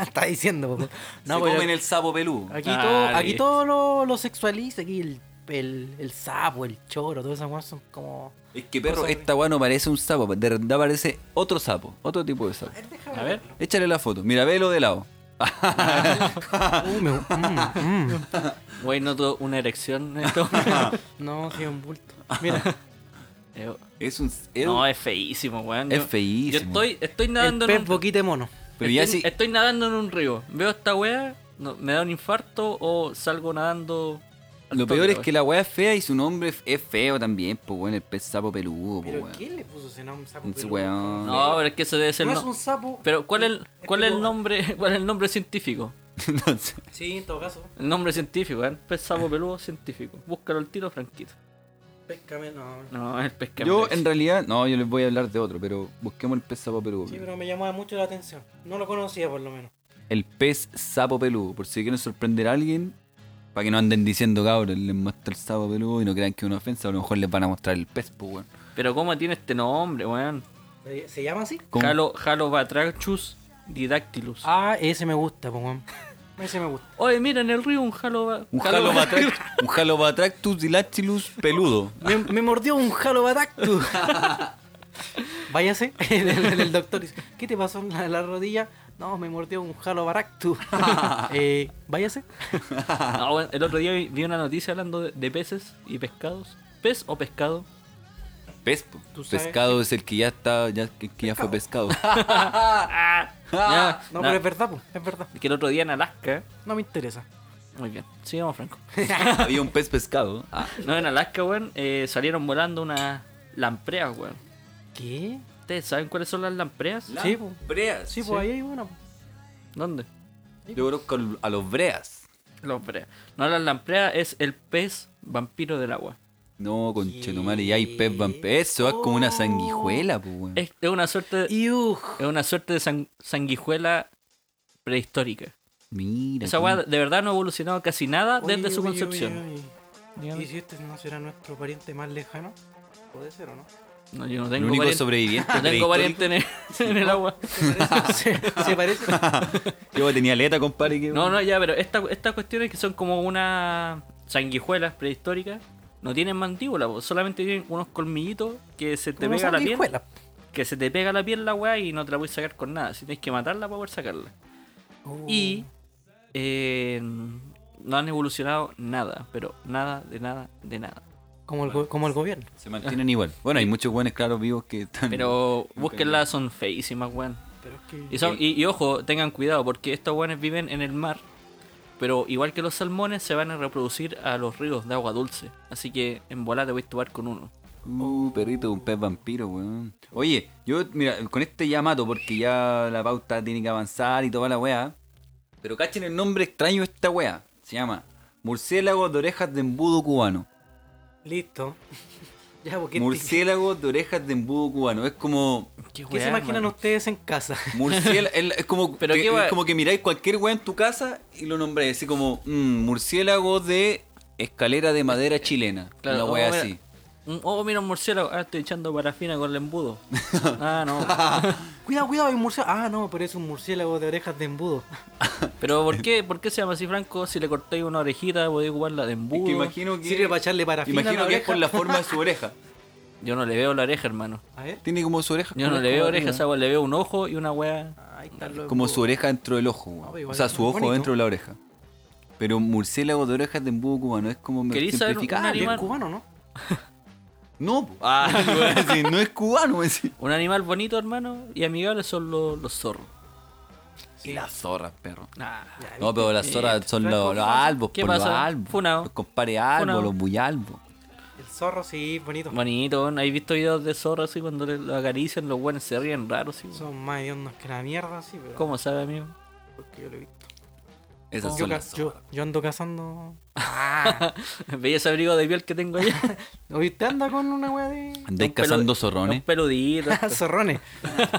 está diciendo, po.
se
no, pero
comen el sapo peludo.
aquí
Ah,
todo, aquí
listo.
todo lo, lo sexualiza, aquí el, el, el sapo, el choro, todas esas cosas son como
Es que perro, esta weá no parece un sapo, de verdad parece otro sapo, otro tipo de sapo.
A ver.
Échale la foto. Mira, velo de lado.
Uh, me- mm, mm.
Güey, noto una erección. en este momento.
No, sí, un bulto. Mira,
Eh,
Es un. es un-
no, es feísimo, weón.
Es
Yo-
feísimo.
Yo estoy, estoy
el
nadando en
pez
un Oh,
boquita de mono.
pero
estoy,
ya sí.
estoy nadando en un río. Veo esta weá, no- me da un infarto o salgo nadando. al
Lo
toque,
peor es
weón.
que la weá es fea y su nombre f- es feo también, pues weón, el pez sapo peludo, pues
Pero
weón.
¿quién le puso ese nombre sapo?
Un
peludo?
weón.
No, pero es que ese debe ser.
No es
no-
un sapo.
Pero ¿cuál es, el-
Es
cuál es el
tipo-
nombre cuál es el nombre científico?
No sé.
Sí, en todo caso.
El nombre científico, weón. Pez sapo peludo científico. Búscalo al tiro, Franquito.
Péscame, no.
No, es el pez que
Yo
aparece.
en realidad, no, yo les voy a hablar de otro, pero busquemos el pez sapo peludo.
Sí,
weón.
pero me llamaba mucho la atención. No lo conocía por lo menos.
el pez sapo peludo. Por si quieren sorprender a alguien, para que no anden diciendo, cabrón, les muestro el sapo peludo y no crean que es una ofensa, a lo mejor les van a mostrar el pez, pues, weón.
Pero ¿cómo tiene este nombre, weón?
¿Se- ¿Se llama así?
¿Cómo?
Halo, Halo Batrachus didactylus.
Ah, ese me gusta, pues, weón. Ese me gusta.
Oye, mira, en el río un Halo...
Un jalobatract- un jalobatractus dilactilus peludo.
Me, me mordió un jalobadactus. Váyase. El, el- el doctor dice, ¿qué te pasó en la, la rodilla? No, me mordió un jalobadactus. eh, váyase.
Ah, bueno, el otro día vi- vi una noticia hablando de, de peces y pescados. ¿Pez o pescado?
Pez, po.
Tú sabes
pescado es el que ya está, ya, que, que ya fue pescado.
Ya,
No,
na-
pero es verdad, pues, es verdad.
que el otro día en Alaska...
No me interesa.
Muy bien, sigamos Franco.
Había un pez pescado. Ah,
No, en Alaska, weón, eh, salieron volando unas lampreas, weón.
¿Qué?
¿Ustedes saben cuáles son las lampreas?
Sí, pues.
Breas.
Sí, pues ahí hay una. po.
¿Dónde?
Yo conozco al- a los breas.
Lampreas. No, las lampreas es el pez vampiro del agua.
No, conchetumare, ya hay pez vampiro. Eso es como una sanguijuela, pues, weón.
Es, es una suerte de,
Iuj.
es una suerte de san- sanguijuela prehistórica.
Mira.
Esa
tú.
weá de verdad no ha evolucionado casi nada desde
Oye,
su
oye,
concepción.
oye, oye. ¿Y si este no será nuestro pariente más lejano? Puede ser, ¿o no?
No, yo no
El
tengo
único
pariente-
sobreviviente.
no tengo
prehistórico.
pariente en el, en el agua.
¿Se, se parece?
Yo tenía aleta, compadre. que-
No, no, ya, pero esta- estas cuestiones que son como una sanguijuelas prehistóricas no tienen mandíbula, po, solamente tienen unos colmillitos que se te
Como
pega la piel.
sanguijuela.
Que se te pega la piel la weá y no te la puedes sacar con nada. Si tienes que matarla para poder sacarla.
Oh. Uh,
Y eh, no han evolucionado nada, pero nada, de nada, de nada.
Como el, go- como el gobierno.
Se mantienen igual. Bueno, hay muchos buenos claros vivos que están.
Pero búsquenla, son feísimas, weón. Y, son- y- y ojo, tengan cuidado, porque estos weones viven en el mar, pero igual que los salmones, se van a reproducir a los ríos de agua dulce. Así que en bola te voy a tubar con uno.
Uh, perrito, un pez vampiro, weón. Oye, yo, mira, con este ya mato porque ya la pauta tiene que avanzar y toda la weá. Pero cachen el nombre extraño de esta weá. Se llama Murciélago de orejas de embudo cubano.
Listo. Ya, porque
Murciélago de orejas de embudo cubano. Es como.
¿Qué,
¿Qué se imaginan ustedes en casa?
Murciélago. es, es como,
Pero
que,
qué wea-
es como que miráis cualquier weá en tu casa y lo nombráis. Así como, mm, murciélago de escalera de madera chilena. una weá así.
Oh, mira un murciélago. Ah, estoy echando parafina con el embudo. ah, no.
Cuidado, cuidado, hay un murciélago. Ah, no, pero es un murciélago de orejas de embudo.
Pero ¿por qué, ¿por qué se llama así, Franco? Si le cortáis una orejita, podéis ocuparla de
Es
embudo.
que imagino que.
Sirve para echarle parafina a
Imagino
la
que es
oreja.
por la forma de su oreja.
Yo no le veo la oreja, hermano.
A ver.
Tiene Ah, como su oreja.
Yo no le veo orejas, agua, le veo un ojo y una weá.
Ahí están los
Como su
embudos.
oreja dentro del ojo, weón.
Ah, igual
O sea,
es
su
más
ojo
bonito.
dentro de la oreja. Pero murciélago de orejas de embudo cubano es como me
¿Querís saber un
simplificar.
Es
animal?
cubano, ¿no?
No, po. Ah, yo iba a decir, no es cubano, voy a decir.
Un animal bonito, hermano, y amigable son los, los zorros.
Y las zorras, perro.
Ah,
No, pero las zorras son los, los albos,
¿Qué
por los
pasa?
albos.
Funao.
Los compadres albos,
Funao.
los muy albos.
El zorro, sí, es bonito.
bonito. ¿no? ¿Has visto videos de zorros así cuando le- lo acarician? Los buenos se ríen raros. así?
Son más hediondos que la mierda, sí, pero.
¿Cómo sabe, amigo?
Porque yo lo he visto.
Esas
Yo,
son
ca-
las zorras.
yo, yo ando cazando.
¿Veis ese abrigo de piel que tengo allá?
Oye, te anda con una wea de.
Andáis cazando zorrones.
Un peludito.
Zorrones.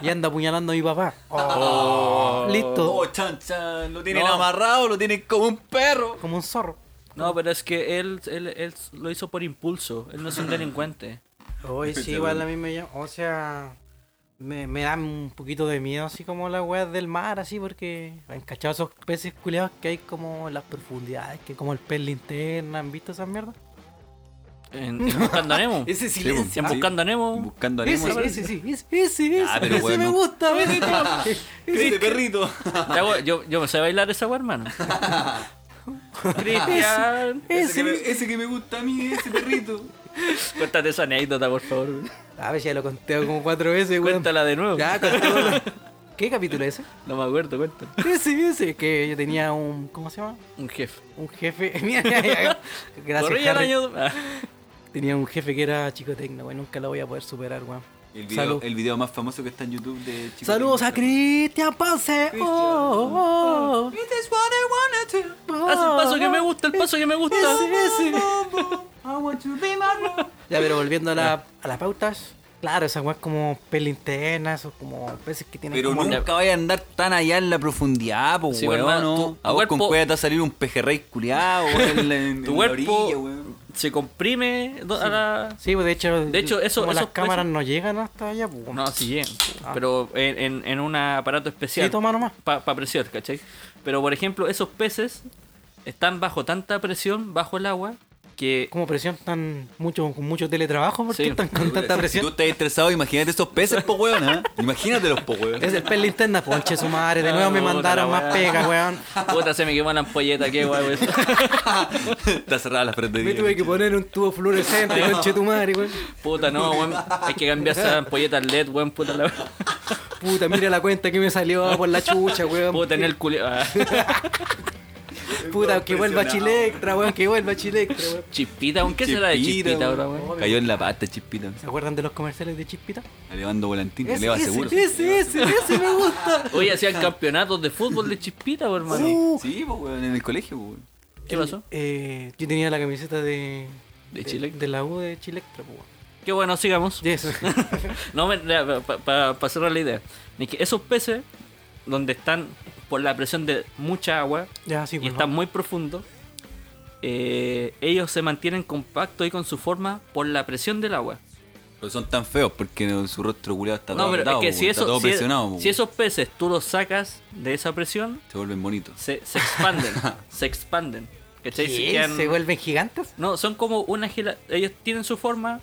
Y anda apuñalando a mi papá.
Oh.
Listo.
chan, chan. Lo
No.
amarrado, lo tienen como un perro.
Como un zorro.
No, pero es que él, él, él lo hizo por impulso. Él no es un delincuente.
Hoy sí, igual a mí me llama. O sea, me, me da un poquito de miedo, así como las weas del mar, así, porque han cachado esos peces culeados que hay como en las profundidades, que como el pez linterna, ¿han visto esas mierdas?
En, en Buscando a Nemo.
Ese
En Buscando a Nemo.
Buscando a Nemo.
Ese, ese, sí, ese, ese, ese,
Ah, pero
ese
weón,
me
no.
gusta, ese,
Ese Este perrito.
Te hago- Yo, yo me sé bailar esa weá, hermano. Cristian.
ese.
me gusta a mí, ese perrito.
Cuéntate esa anécdota, por favor.
A ver, ya lo conté como cuatro veces, weón.
Cuéntala de nuevo.
Ya, con todo lo- ¿Qué capítulo es ese?
No me acuerdo, cuéntala.
Ese, ese, que yo tenía un. ¿Cómo se llama?
Un jefe.
Un jefe. Mira, mira, mira.
Corría
Gracias.
el
Harry.
año. Ah.
Tenía un jefe que era chico tecno, güey. Nunca lo voy a poder superar, güey.
El video,
Salud.
el video más famoso que está en YouTube de Chico
Saludos a
Cristo.
Cristian Ponce. Oh, oh, oh.
Haz el paso que me gusta, el paso que me gusta. oh,
Ese, ese. Ya, pero volviendo a, la- a las pautas. Claro, esa weá es como peli interna, eso es como peces que tienen
Pero
como-
nunca vaya a andar tan allá en la profundidad, po,
Sí,
weón.
verdad,
¿no?
tu- tu
a vos con
cuerpo-
cueva te va a salir un pejerrey culiado, weón, en la, en
Tu
la
cuerpo
orilla, weón.
se comprime do- a la...
Sí, pues de hecho,
De hecho, eso-
como
esos
las cámaras
peces-
no llegan hasta allá, pues.
No, sí bien.
Ah.
Pero en, en- en un aparato especial.
Sí, toma nomás.
Para presión, ¿cachai? Pero por ejemplo, esos peces están bajo tanta presión, bajo el agua, que
Como presión tan mucho, con mucho teletrabajo, ¿por qué
Sí.
están con tanta
Si tú
presión?
estás estresado, imagínate esos peces, po, weón, ¿ah? Imagínatelos, po, weón.
Es el peli interna, ponche su madre, de nuevo me
Puta
mandaron
la
más
weá.
pega, weón.
Puta, se me quemó la ampolleta, qué guay, weón.
Está cerrada la frente.
Me tuve que poner un tubo fluorescente, conche tu madre, weón.
Puta, no, weón. Hay que cambiar esa ampolleta al LED, weón, puta la
Puta, mira la cuenta que me salió por la chucha, weón.
Puta, en el culio. ah,
Puta, que vuelva Chilectra, weón, que vuelva Chilectra, weón.
Chispita, weón. ¿Qué será de chispita ahora, weón?
Cayó en la pata, chispita.
¿Se acuerdan de los comerciales de Chispita?
Elevando volantín,
Ese,
eleva seguro.
ese, ese, ese, ese me gusta.
Oye, hacían campeonatos de fútbol de chispita, weón, hermano.
Sí, po, weón, en el colegio, po, weón.
¿Qué pasó?
Eh, yo tenía la camiseta de...
De Chilectra.
De la U de Chilectra, po, weón.
Qué bueno, sigamos.
Yes.
No, para cerrar la idea. Es que esos peces, donde están por la presión de mucha agua
ya, sí, pues,
y
por
están
favor.
muy profundos, eh, ellos se mantienen compactos y con su forma por la presión del agua.
Pero son tan feos porque no- su rostro culiado está
No,
todo
pero es
apretado,
que
po,
si,
está
eso,
todo
si, e-,
presionado, po,
si esos peces tú los sacas de esa presión,
weón. Se vuelven bonitos.
se, se expanden. se expanden. ¿Cachai? Se
¿Qué?
quedan-
¿Se vuelven gigantes?
No, son como una gela... Ellos tienen su forma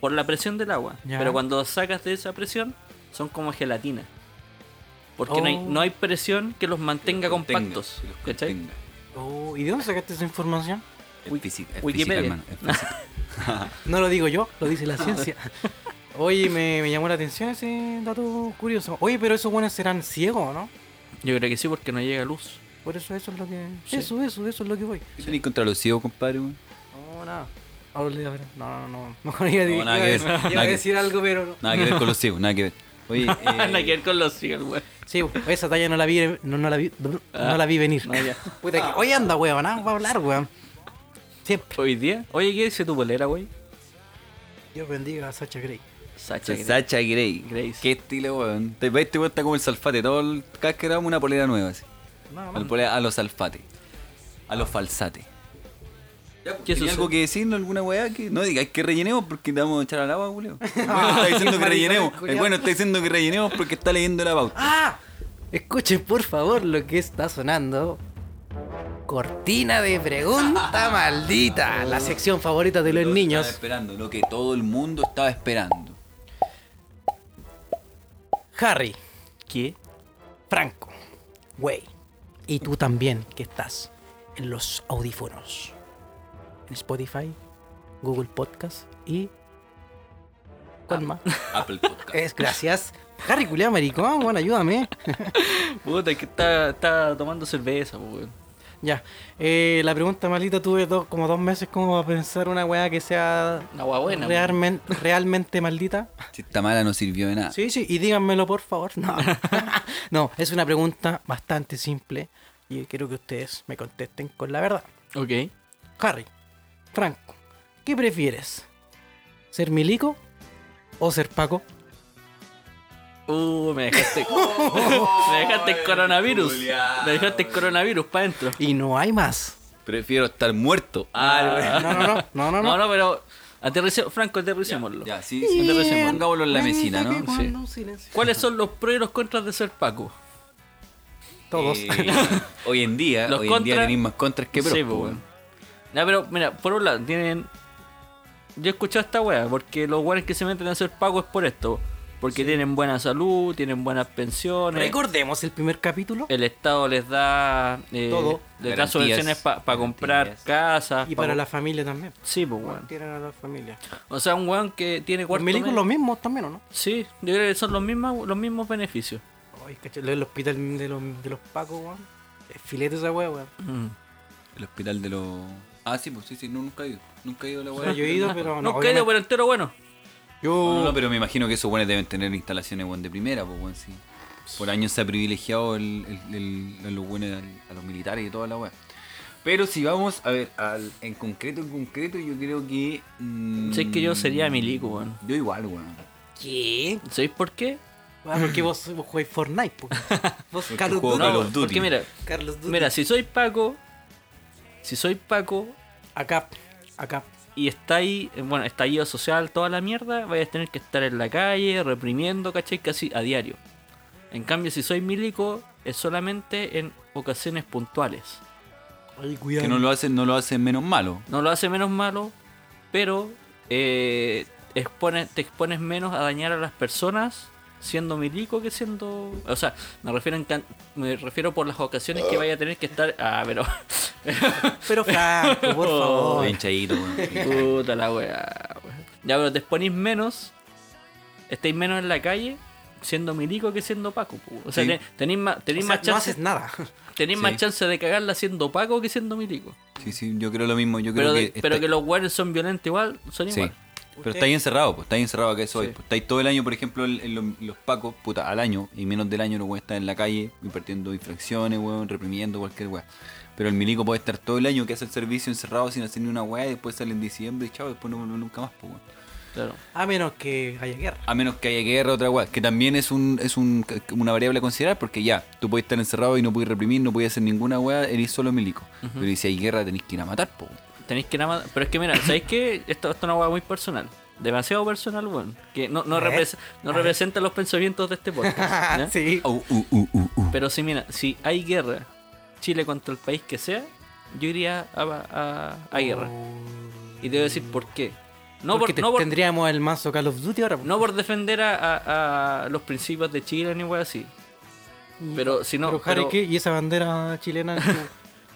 por la presión del agua.
Ya.
Pero cuando los sacas de esa presión, son como gelatina. Porque no, hay,
Oh.
no hay presión que los mantenga compactos.
Tenga, que los
¿cachai?
tenga.
Oh, ¿Y de dónde sacaste esa información?
Es
Wik-
física, es física,
Wikipedia.
hermano. es física.
No lo digo yo, lo dice la ciencia. Oye, me, me llamó la atención ese dato curioso. Oye, pero esos buenos serán ciegos, ¿no?
Yo creo que sí, porque no llega luz.
Por eso eso es lo que...
Sí.
Eso, eso, eso es lo que voy.
¿Qué tenéis contra los ciegos, compadre, weón?
No, nada. Ahora le- a ver, No, no, no. Mejor iba a decir,
No, nada
iba a
que
decir-
ver,
iba a
nada que-
decir algo, pero no.
Nada que ver con los ciegos, nada que ver. Oye, eh,
Nada que ver con los ciegos, güey.
Sí, esa talla no la vi, no, no la vi, no la vi venir.
No, ya.
Puta que- Oye, anda, weón, ah, va a hablar, weón. Siempre.
Hoy día. Oye, ¿qué dice tu polera, güey?
Dios bendiga a Sacha Grey.
Sacha. Grey.
Sacha Grey.
Grace.
Qué estilo, weón. Te ves, este weón está como el salfate. Todo el, cada vez que grabamos una polera nueva, así.
No,
Una polera a los salfate. A los falsate.
¿Qué
pues, ¿Tenía
sucede?
algo que decirnos? ¿Alguna weá? Que... No digáis que rellenemos porque te vamos a echar al agua, Julio. El bueno está diciendo que rellenemos. El bueno está diciendo que rellenemos porque está leyendo la pauta.
¡Ah! Escuchen, por favor, lo que está sonando. Cortina de pregunta maldita. La sección favorita de los
Lo que
niños.
Estaba esperando, lo que todo el mundo estaba esperando.
Harry,
¿Qué?
Franco, Wey. Y tú también, que estás en los audífonos. En Spotify, Google Podcast y... ¿Cuál más?
Apple Podcast.
Ah. Es, gracias. Harry, culiao, maricón, bueno, ayúdame.
Puta, que está, está tomando cerveza, güey.
ya. Eh, la pregunta maldita tuve dos, como dos meses como para pensar una weá que sea
Una guagua buena. güey.
Realmen- realmente maldita?
Si esta mala no sirvió de nada.
Sí, sí, y díganmelo por favor. No. no, es una pregunta bastante simple y quiero que ustedes me contesten con la verdad.
Ok.
Harry, Franco, ¿qué prefieres? ¿Ser milico o ser Paco?
Uh, me dejaste. me dejaste el coronavirus. Me dejaste el coronavirus para adentro.
Y no hay más.
Prefiero estar muerto. Ah,
No, no, no, no, no.
No,
no.
no, pero. aterrice- Franco, aterricémoslo.
Ya, sí, sí. Pongámoslo en la mesina, ¿no?
Sí. ¿Cuáles son los pros y los contras de ser Paco?
Todos.
Eh, hoy en día,
Los
hoy en
contras-
día tenéis más contras que pros.
Sí,
po,
po,
weón.
weón. Ya, pero mira, por un lado, tienen. Yo he escuchado esta wea, porque los weones que se meten a ser Paco es por esto. Porque tienen buena salud, tienen buenas pensiones.
Recordemos el primer capítulo.
El Estado les da. eh,
Todo.
Les da
Garantías.
subvenciones para comprar
Garantías.
casas.
Y
pa
para
co-
la familia también.
Sí, pues, weón.
Tienen a la familia.
O sea, un weón que tiene
Los
cuarto.
milicos
medio.
los mismos también, ¿o no?
Sí, yo creo que son los mismos, los mismos beneficios.
Ay, cacho, el hospital de los, de los pacos, weón. Es filete esa weá, weón.
El hospital de los. Ah, sí, pues sí, sí, no, nunca he ido. Nunca he ido a la
O sea,
weá.
yo he ido, pero no.
Nunca he ido,
obviamente.
pero entero bueno.
No, no,
Yo.
no, pero me imagino que esos buenos deben tener instalaciones weón, de primera, pues weón, sí. Por años se ha privilegiado el, el- el- a los buenos, a los militares y toda la weá. Pero si vamos, a ver, al- en concreto, en concreto, yo creo que. mm,
Sé que yo sería milico, weón.
Yo igual, weón.
¿Qué?
¿Sabéis por qué?
Bueno, Ah, porque vos, vos jugáis Fortnite, po. Vos
Porque
Carlos
juego
Duty.
Call of
weón, porque
Duty.
mira,
Carlos Duty.
mira, si soy Paco, si soy Paco
Acá, acá.
y está ahí, eh, bueno, estallido social, toda la mierda, vayas a tener que estar en la calle reprimiendo, ¿cachai? Casi a diario. En cambio, si soy milico, es solamente en ocasiones puntuales.
Ay,
Que
cuidado.
no lo hacen, no lo hacen menos malo.
No lo hace menos malo, pero eh, expone- te expones menos a dañar a las personas siendo milico que siendo... O sea, me refiero, en can- me refiero por las ocasiones
Oh.
que vaya a tener que estar... Ah, pero... oh,
Pero Franco, por favor.
Hinchadito, weón.
Puta la weá. weón. Ya, pero te exponís menos, estáis menos en la calle siendo milico que siendo Paco. po. O sea,
Sí.
te- tenéis más,
O
tenéis
sea,
más
no
chance...
haces nada.
tenéis más
Sí.
chance de cagarla siendo Paco que siendo milico.
Sí, sí, yo creo lo mismo. Yo creo
Pero,
que.
de- pero
está-
que los weones son violentos igual, son
Sí.
igual.
Pero estáis encerrado, pues estáis encerrado acá eso hoy.
Sí.
Pues, estáis todo el año, por ejemplo, en, en los, los pacos, puta, al año y menos del año los weones están en la calle, impartiendo infracciones, weón, reprimiendo cualquier weón. Pero el milico puede estar todo el año que hace el servicio encerrado sin hacer ni una weá, y después sale en diciembre y chao, después no vuelve nunca más, pues weón.
Claro.
A menos que haya guerra.
A menos que haya guerra, otra weá, que también es un, es un- una variable a considerar, porque ya, tú puedes estar encerrado y no puedes reprimir, no puedes hacer ninguna weá, eres solo milico. Pero y si hay guerra tenés que ir a matar, pues weón.
Tenéis que nada más. Pero es que mira, ¿sabéis qué? Esto, esto es una hueá muy personal. Demasiado personal, weón. Que no, no,
A ver,
represe- no representa los pensamientos de este podcast. ¿ya?
Sí.
Au, u, u, u, u.
Pero si mira, si hay guerra, Chile contra el país que sea, yo iría a, a- a guerra. Y te voy a decir por qué. No
porque
por,
te-
no, por,
tendríamos el mazo Call of Duty ahora. po.
no por defender a, a- a los principios de Chile ni hueá así. Pero si no.
Pero, Harry,
pero-
¿qué? ¿Y esa bandera chilena?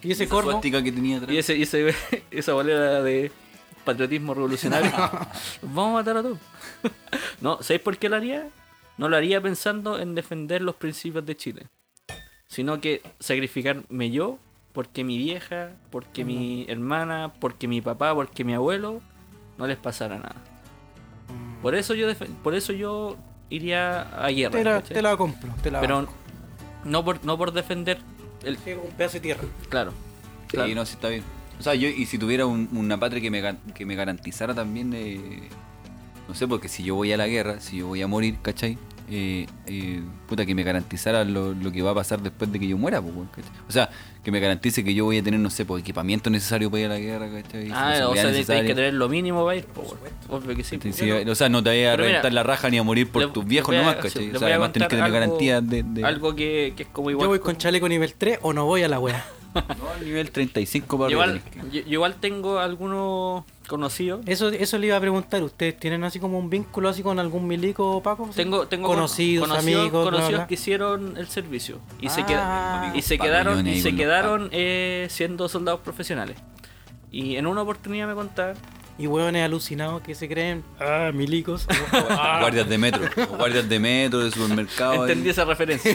¿Y ese
Esa
corno?
suástica que tenía atrás.
Y, ese, y ese- esa bolera de patriotismo revolucionario. Los Vamos a matar a todos. no, ¿sabéis por qué lo haría? No lo haría pensando en defender los principios de Chile. Sino que sacrificarme yo, porque mi vieja, porque
Mm.
mi hermana, porque mi papá, porque mi abuelo, no les pasara nada.
Mm.
Por eso yo, defe- por eso yo iría a guerra.
Te la,
¿cachai?
te la compro. Te la
Pero no por, no por defender el...
Sí, un pedazo de tierra.
Claro.
Sí,
claro.
no, sí, está bien. O sea, yo, y si tuviera un- una patria que me, ga- que me garantizara también de. No sé, porque si yo voy a la guerra, si yo voy a morir, ¿cachai? Eh, eh, puta, que me garantizara lo, lo que va a pasar después de que yo muera, pues, weón, ¿cachai? O sea, que me garantice que yo voy a tener, no sé, pues, equipamiento necesario para ir a la guerra, ¿cachai?
Ah,
Seguridad
o sea, tenés
necesaria.
que tener lo mínimo para ir, po, weón. Obvio que sí. po.
Sí, o sea, no te vayas a
Pero mira,
reventar la raja ni a morir por
Le-
tus viejos
le voy a-
nomás,
sí,
¿cachai?
le
O
voy
sea,
a
además tenés que
contar
tener
algo-
garantía de. de-
Algo que, que es como igual.
Yo voy con chaleco nivel 3 o no voy a la wea.
No, al nivel 35
Yo
para arriba
igual,
tenés que-
yo- yo igual tengo algunos conocidos.
Eso, eso le iba a preguntar. ¿Ustedes tienen así como un vínculo así con algún milico Paco? ¿Sí?
Tengo, tengo con-
conocidos, amigos, bla,
conocidos
bla.
que hicieron el servicio y se,
Ah.
queda- y se
Amigos,
quedaron
pabellones
y
ahí
se
con los
quedaron eh, siendo soldados profesionales. Y en una oportunidad me contaron
Y hueones alucinados que se creen. Ah, milicos.
Guardias de metro, guardias de metro, de supermercado.
Ah. entendí
ahí.
esa referencia.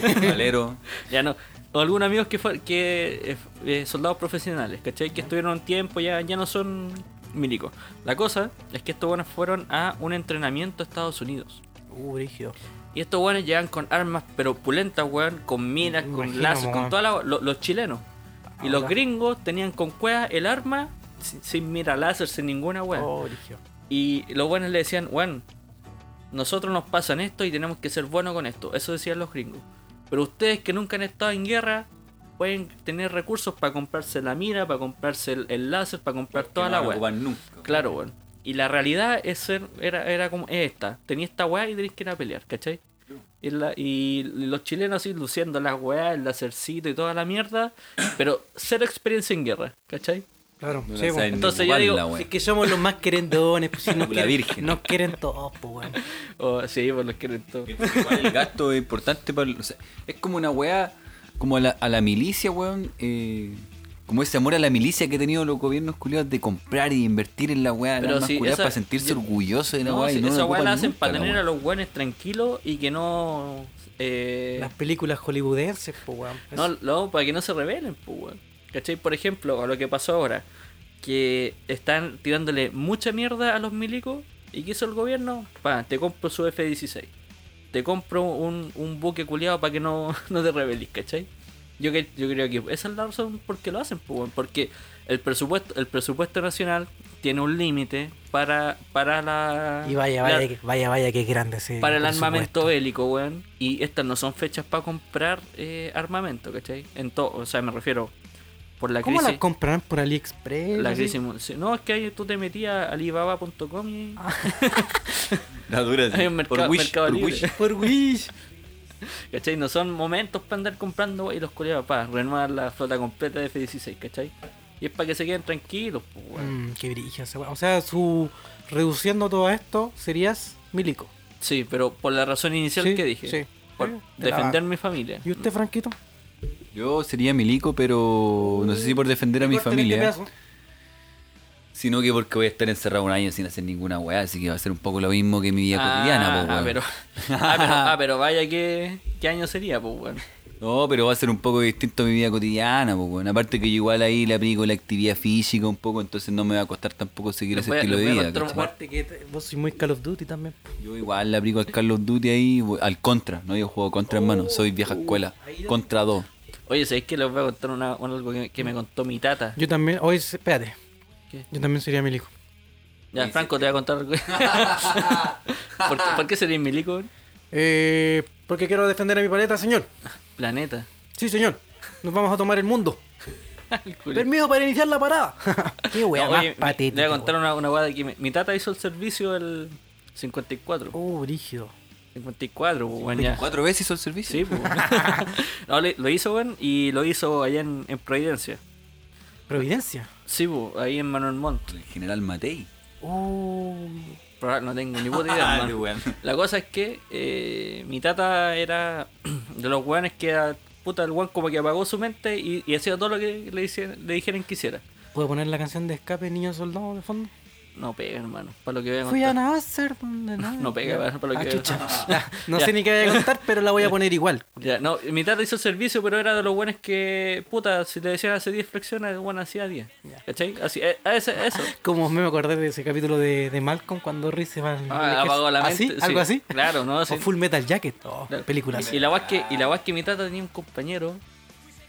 Valero.
Ya no. O algunos amigos que fue- que eh, eh, soldados profesionales, ¿cachai? Que estuvieron un tiempo, ya, ya no son milicos. La cosa es que estos buenos fueron a un entrenamiento a Estados Unidos.
uh, brígido.
Y estos buenos llegan con armas, pero pulentas, weón, con minas,
Me
con
imagino,
lazos, con
weón.
todas los chilenos. Y los gringos tenían con cuevas el arma sin, sin mira láser, sin ninguna weón.
Oh, brígido.
Y los buenos le decían, weón, nosotros nos pasan esto y tenemos que ser buenos con esto. Eso decían los gringos. Pero ustedes que nunca han estado en guerra, pueden tener recursos para comprarse la mira, para comprarse el, el láser, para comprar toda
Que
la
no van a
weá.
ocupar nunca.
Claro, weón. Y la realidad es ser- era, era como es esta. Tenía esta weá y tenéis que ir a pelear, ¿cachai? Y, la- y los chilenos así luciendo las weá, el lacercito y toda la mierda. Pero cero experiencia en guerra, ¿cachai?
Claro,
No
sí,
la
po.
saben ni
pues. Entonces yo
ocuparla,
digo,
weón.
Es que somos los más querendones, pues si nos
La
quieren,
virgen.
Nos quieren todos, pues weón.
O sí, por los que todo.
Igual el gasto es importante para. o sea, es como una weá, como a la, a la milicia, weón. eh, como ese amor a la milicia que han tenido los gobiernos culiados de comprar y invertir en la weá,
Pero
las
si esa-
para sentirse
yo-
orgulloso de la
No,
weá. y
si
no
esa weá
ocupan
la hacen
nunca,
para
la
tener
weá.
a los weones tranquilos y que no. eh,
Las películas hollywoodenses, pues weón.
no, no, para que no se rebelen, pues, weón. ¿Cachai? Por ejemplo, a lo que pasó ahora, que están tirándole mucha mierda a los milicos y que hizo el gobierno, pa, te compro su F-16. Te compro un, un buque culiado para que no, no te rebeles, ¿cachai? Yo, que, yo creo que esa es la razón por qué lo hacen, pues, weón, porque el presupuesto, el presupuesto nacional tiene un límite para, para la.
Y vaya,
la-
vaya, que- vaya, vaya, qué grande ese.
para el
presupuesto.
armamento bélico, weón. Y estas no son fechas para comprar eh, armamento, ¿cachai? En todo, o sea, me refiero por la
¿Cómo
crisis.
la compran por AliExpress?
la
así?
crisis mun- sí, No, es que ahí tú te metías a alibaba.com y
Ah.
La dura.
hay un mercado,
Wish,
mercado
por
libre.
Wish.
Por Wish.
¿Cachai? No son momentos para andar comprando y los colegas para renovar la flota completa de F-16, ¿cachai? Y es para que se queden tranquilos, pues, weón.
Mm, qué brillo esa wea. O sea, su reduciendo todo esto serías milico.
Sí, pero por la razón inicial
Sí,
que dije.
sí.
Por
Sí, de la-
defender mi familia.
¿Y usted, Franquito?
Yo sería milico, pero no sé si por defender a mi
Córtale este
familia,
pedazo.
sino que porque voy a estar encerrado un año sin hacer ninguna weá, así que va a ser un poco lo mismo que mi vida cotidiana,
pues,
po,
ah,
weón.
pero, ah, pero, ah, pero vaya que, qué año sería, pues, weón.
No, pero va a ser un poco distinto a mi vida cotidiana, po, weón. Aparte que yo igual ahí le aplico la actividad física un poco, entonces no me va a costar tampoco seguir
Les
ese
voy a-
estilo
les
de
voy a
vida.
contar un
¿cachai?
Aparte que te- vos sois muy Call of Duty también. po.
Yo igual le aplico al Carlos Duty ahí, we- al Contra, no yo juego Contra, hermano,
Uh,
soy vieja escuela. Contra 2.
Oye, ¿sabéis que les voy a contar una, una- algo que, que me contó mi tata?
Yo también, hoy, espérate.
¿Qué?
Yo también sería milico.
Ya, Franco, te voy a contar algo. ¿Por, qué- ¿Por qué sería milico? weón?
Eh, porque quiero defender a mi paleta, señor.
Planeta.
Sí, señor. Nos vamos a tomar el mundo.
El culo.
Permiso para iniciar la parada. qué wea
No,
más
oye,
patética.
Le voy a contar
wea.
una, una guada que mi, mi tata hizo el servicio el 54.
Uh.
Oh, brígido.
54, pues, weón, ya.
¿Cuatro veces hizo el servicio?
Sí, pues. No, le- lo hizo, weón, y lo hizo allá en, en Providencia.
Providencia.
Sí, pues, ahí en Manuel Montt.
El general Matei.
Uh,
Oh.
Probable- no tengo ni puta idea.
Ah,
hermano.
weón.
La cosa es que eh, mi tata era de los weones que era, puta el weón como que apagó su mente y, y hacía todo lo que le, hicieran- le dijeran que hiciera.
¿Puedo poner la canción de escape Niño Soldado de fondo?
No pega, hermano, para lo que voy a
Fui a
contar.
nacer donde nadie-
No pega, para, para lo
Ah,
que voy a
chucha.
contar.
No
Ya.
sé ni qué voy a contar, pero la voy a poner igual.
Ya, no, mi tata hizo el servicio, pero era de los buenos que, puta, si le decían hace 10 flexiones, el bueno hacía 10. ¿Cachai? Así, eh, a ese- eso.
Como me acordé de ese capítulo de, de Malcolm cuando Riz se va al- al
Ah,
ejército.
apagó la mente.
¿Así?
sí.
¿Algo así?
Claro, no, sí.
O Full Metal Jacket. Oh,
Claro.
películas.
Y, y la guay es que, y la guay es que mi tata tenía un compañero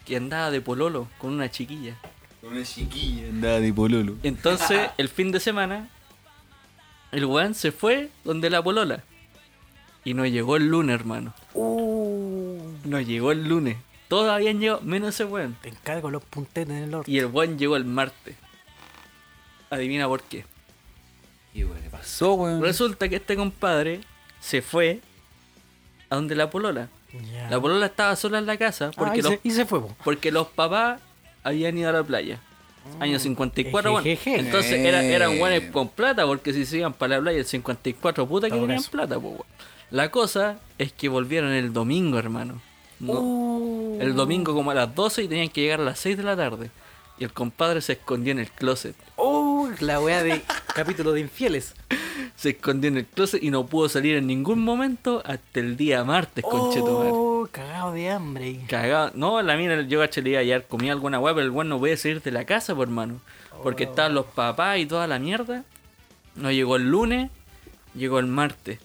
que andaba de pololo con una chiquilla.
Una chiquilla andaba de pololo.
Entonces, el fin de semana, el weón se fue donde la polola. Y no llegó el lunes, hermano. No llegó el lunes. Todos habían llegado, menos ese weón.
Te encargo los puntetes en el orto.
Y el weón llegó el martes. Adivina por qué.
Y weón, le pasó, weón.
Resulta que este compadre se fue a donde la polola.
Ya.
La polola estaba sola en la casa
Ah,
porque,
y,
los,
se, y se fue, po.
porque los papás habían ido a la playa.
Mm.
Año 54, bueno.
Ejejeje.
Entonces era- eran buenos con plata, porque si se iban para la playa el 54, puta que
Todo
tenían
eso.
plata, pues, La cosa es que volvieron el domingo, hermano. No.
Oh.
El domingo como a las 12 y tenían que llegar a las 6 de la tarde. Y el compadre se escondió en el closet.
Oh, la wea de capítulo de infieles.
Se escondió en el closet y no pudo salir en ningún momento hasta el día martes, conchetumare.
Oh, cagado de hambre.
Cagado. No, la mina yo caché le iba a llevar comida alguna weá, pero el weón no podía salir de la casa, por hermano. Porque estaban los papás y toda la mierda. No llegó el lunes, llegó el martes.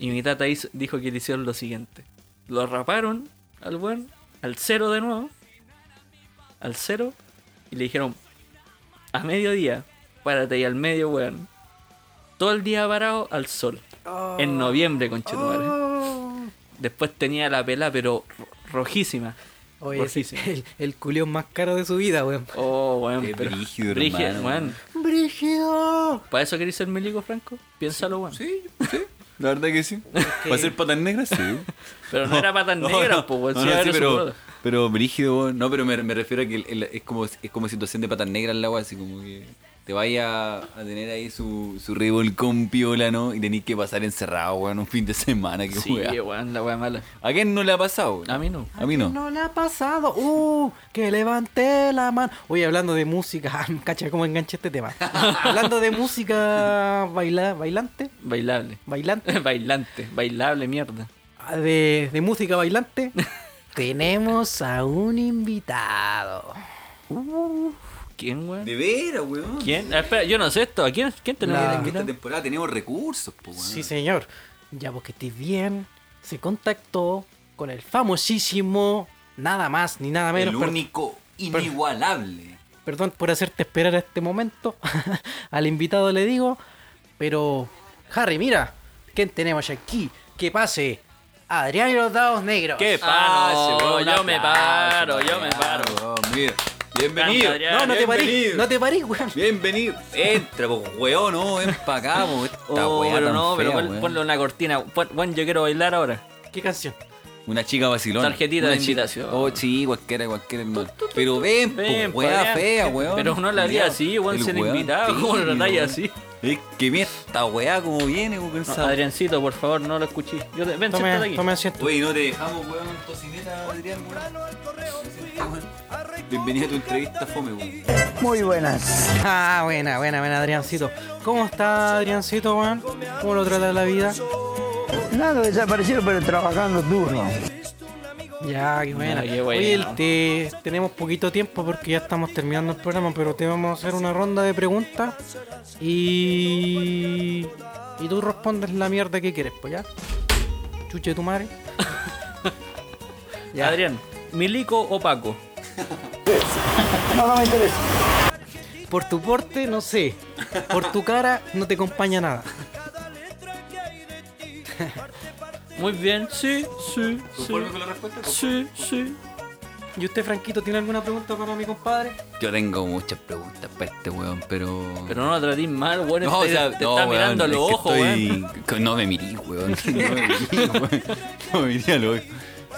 Y mi tata hizo- dijo que le hicieron lo siguiente. Lo raparon al weón, al cero de nuevo. Al cero. Y le dijeron, a mediodía, párate ahí al medio, weón. Todo el día parado al sol.
Oh.
En noviembre, conchetumare. Después tenía la pela, pero ro- rojísima.
Oye, ese es
rojísima.
el, el culión más caro de su vida, weón.
Oh, weón.
Qué
pero-
brígido,
brígido,
hermano.
weón.
¡Brígido!
¿Para eso querés ser milico, Franco? Piénsalo, weón.
Sí, sí. La verdad que sí. ¿Va a ser patas negras? Sí.
Pero no era patas
No,
negras,
no,
po, weón.
no,
sí,
no,
era
sí,
su
pero,
color.
pero brígido, weón. No, pero me, me refiero a que el- el- es, como, es como situación de patas negras la weá, así como que te vaya a tener ahí su, su revolcón piola, ¿no? Y tenés que pasar encerrado, weón, un fin de semana, que
Sí,
weá.
weón, la weá mala.
¿A quién no le ha pasado? weón?
A mí no.
A mí no.
No le ha pasado. ¡Uh! Que levanté la mano. Oye, hablando de música. ah, Cacha, cómo enganché este tema. hablando de música baila, bailante.
Bailable.
Bailante.
Bailante. Bailable, mierda.
Ah, De, de música bailante. Tenemos a un invitado.
Ah.
¿Quién, weón?
De veras, weón.
¿Quién? Ah, espera, yo no sé esto. ¿A quién, quién tenemos
La-
que
En
invitar?
esta temporada tenemos recursos, po, weón.
Sí, señor. Ya vos que estés bien, se contactó con el famosísimo Nada más ni nada menos.
el
per-
único inigualable.
Perdón por hacerte esperar a este momento. Al invitado le digo. Pero, Harry, mira. ¿Quién tenemos aquí? Que pase. Adrián y los dados negros.
¿Qué
Ah,
pasa?
sí,
weón?
un
yo me
aplauso,
paro, yo me
bravo,
paro.
weón, mira. Bienvenido.
Gracias,
No, no te parís.
bienvenido.
No te parís, weón.
Bienvenido. Entra, pues, weón, no, ven pa' acá, po, Esta
Oh,
weá
pero
tan
no, pero
fea,
pon-
weón.
ponle una cortina. Pon- Juan, yo quiero bailar ahora.
¿Qué canción?
Ah,
Una chica vacilona.
Tarjetita
Una
de
chica-
invitación.
Oh, sí, cualquiera, cualquiera, hermano. Pero ven,
Ven,
pues, weá
Adrián.
fea, weón.
Pero uno la haría
Culiao.
así, weón,
El
se le
weón
invitaba, ¿cómo lo
tímido,
tratáis
weón.
así?
Es que mira esta weá como viene, weón.
No,
esa-
Adriancito, por favor, no lo escuché. Yo te- ven, siéntate
Tome,
aquí.
tome asiento.
Oye, no te dejamos, weón, tocineta, Adrián, weón. Bienvenido a tu entrevista, fome, weón.
Ah, buena, buena, buena, Adriancito. ¿Cómo está Adriancito, weón? ¿Cómo lo trata la vida?
Nada desaparecido, pero trabajando duro.
Ya, qué buena.
Ah, qué bueno.
Oye, el te- tenemos poquito tiempo porque ya estamos terminando el programa, pero te vamos a hacer una ronda de preguntas y. Y tú respondes la mierda que quieres, pues ya. Chuche tu madre. Ya.
Adrián, ¿Milico o Paco?
No, no me interesa.
Por tu porte, no sé. Por tu cara, no te acompaña nada.
Muy bien, sí, sí, sí.
¿Conforme con la respuesta?
Sí, sí.
¿Y usted, Franquito, tiene alguna pregunta para mi compadre?
Yo tengo muchas preguntas para este weón, pero.
Pero no lo tratís mal, weón.
No, o
este-
sea,
te
no,
está
weón,
mirando a
es
los
que
ojos,
estoy-
weón.
que No me mirí, weón. No me mirí, weón. No me mirí a los ojos.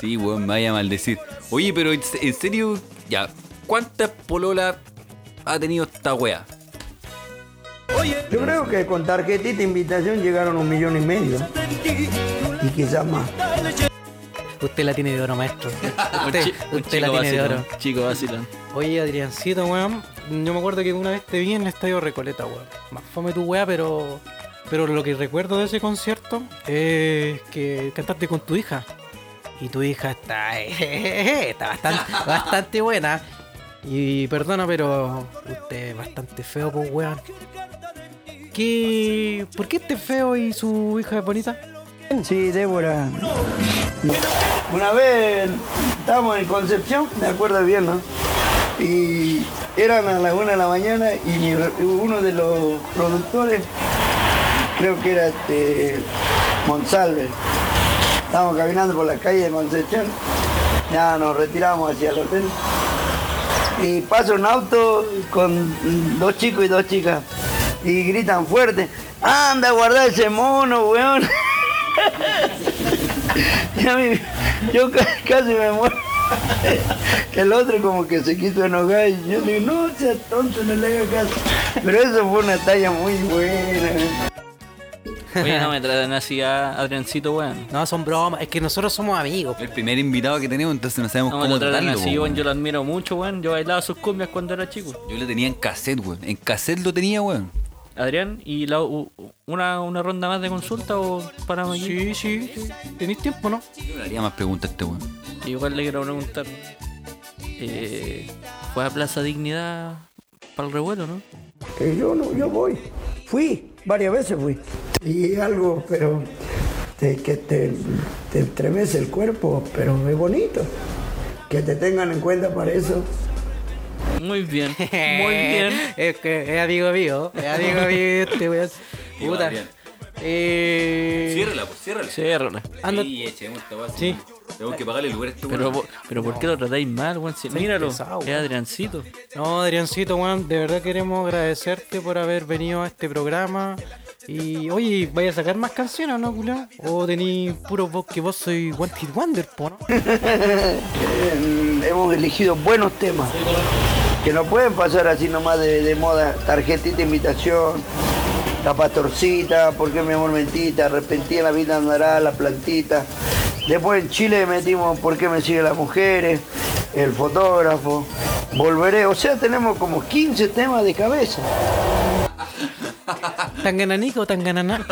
Sí, weón, me vaya a maldecir. Oye, pero en en serio, ya, ¿cuántas pololas ha tenido esta weá?
Yo creo que con tarjetita de invitación llegaron un millón y medio. Y quizás más.
Usted la tiene de oro, maestro.
Este,
Un
Usted,
chi- un
usted la
chico
tiene de
vacilón,
oro.
Chico vacilón.
Oye, Adriancito, weón. Yo me acuerdo que una vez te vi en el Estadio Recoleta, weón. Más fome tu weá, pero. Pero lo que recuerdo de ese concierto es que cantaste con tu hija. Y tu hija está. está bastante, bastante buena. Y perdona, pero. Usted es bastante feo, pues, weón. ¿Qué. ¿Por qué este feo y su hija es bonita?
Sí, Débora. Una vez estábamos en Concepción, me acuerdo bien, ¿no? Y eran a las una de la mañana y mi- uno de los productores, creo que era este Monsalve, estábamos caminando por la calle de Concepción, ya nos retiramos hacia el hotel. Y pasa un auto con mm, dos chicos y dos chicas y gritan fuerte, anda a guardar ese mono, weón. Y a mí- yo ca- casi me muero. El otro como que se quiso enojar y yo le digo, no seas tonto, no le hagas caso. Pero eso fue una talla muy buena.
Oye, no me tratan así a Adriancito, weón.
No, son bromas. Es que nosotros somos amigos.
El primer invitado que tenemos, entonces no sabemos
No me
cómo
lo tratan
tratarlo.
así,
po,
weón. Yo
weón.
lo admiro mucho, weón. Yo bailaba sus cumbias cuando era chico.
Yo lo tenía en cassette, weón. En cassette lo tenía, weón.
Adrián, ¿y la, u- una, una ronda más de consulta o paramos aquí?
Sí, sí. sí. ¿Tenéis tiempo, no?
Yo le haría más preguntas a este weón.
Igual le quiero preguntar. Eh, ¿Fue a Plaza Dignidad para el revuelo, no?
Que Eh, yo no, yo voy. Fui, varias veces fui. Y algo, pero te- que te, te estremece el cuerpo, pero es bonito. Que te tengan en cuenta para eso.
Muy bien, muy bien.
Es que es amigo mío, es amigo mío este weón.
Y va
Puta.
bien.
Eh,
pues, ciérrala.
Ciérrala.
anda-
Sí, echemos esta base.
Sí.
Tenemos que pagarle el lugar a este
Pero, po- pero ¿por qué lo tratáis mal, weón? Si- míralo, es
pesado, weón.
Adriancito.
no, Adriancito, weón, de verdad queremos agradecerte por haber venido a este programa. Y oye, ¿vaya a sacar más canciones o no, culo? O tenés puro vos que vos soy One Hit Wonder, po, ¿no?
Eh, hemos elegido buenos temas que no pueden pasar así nomás de, de moda. Tarjetita de invitación, la pastorcita, porque mi amor mentita, arrepentí en la vida andará, la plantita. Después en Chile metimos por qué me siguen las mujeres, el fotógrafo, volveré. O sea, tenemos como 15 temas de cabeza.
¿Tan gananico o tan gananá?
No,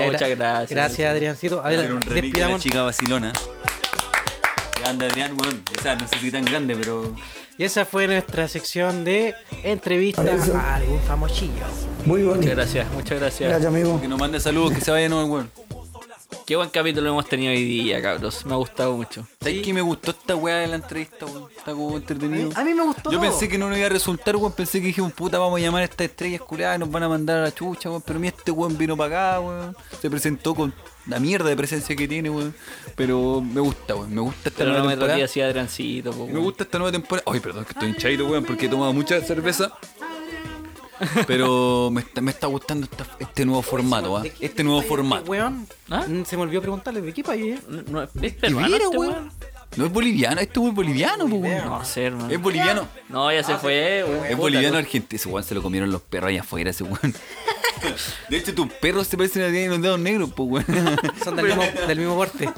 Ya, gra-
muchas gracias.
Gracias, Adriancito. A ver,
Hacer un remix de la
despidamos.
chica vacilona. Ya anda Adrián, weón. O sea, no sé si tan grande, pero.
Y esa fue nuestra sección de entrevistas a algún famosillo.
Muy bonito.
Muchas gracias, muchas gracias.
Gracias, amigo.
Que nos mande saludos, que se vaya de nuevo, weón.
Qué buen capítulo hemos tenido hoy día, cabros. Me ha gustado mucho.
¿Sabes que me gustó esta weá de la entrevista, weón? Está como entretenido.
A mí me gustó
Yo
todo.
pensé que no nos iba a resultar, weón. Pensé que dijimos, puta, vamos a llamar a estas estrellas culadas y nos van a mandar a la chucha, weón. Pero mira, este weón vino para acá, weón. Se presentó con la mierda de presencia que tiene, weón. Pero me gusta, weón. Me gusta esta
Pero
nueva
no me
temporada.
traté así a Drancito, po,
Me gusta esta nueva temporada. Ay, perdón, que estoy hinchadito, weón, porque he tomado mucha cerveza. Pero me está, me está gustando esta- este nuevo formato, ¿ah? Este nuevo formato.
Weón,
¿Ah?
mm, se me olvidó preguntarle de qué país es.
No, no, ¿Es peruano
Mira,
este
weón.
weón?
No es boliviano, este weón es boliviano, po, weón.
No sé, hermano.
Es boliviano.
No, ya se fue, weón.
Es
Puta,
boliviano
no-
argentino. Ese weón se lo comieron los perros allá afuera, ese weón. De hecho, tus perros se parecen a ti en los dedos negros, po, weón.
Son del mismo, del mismo porte.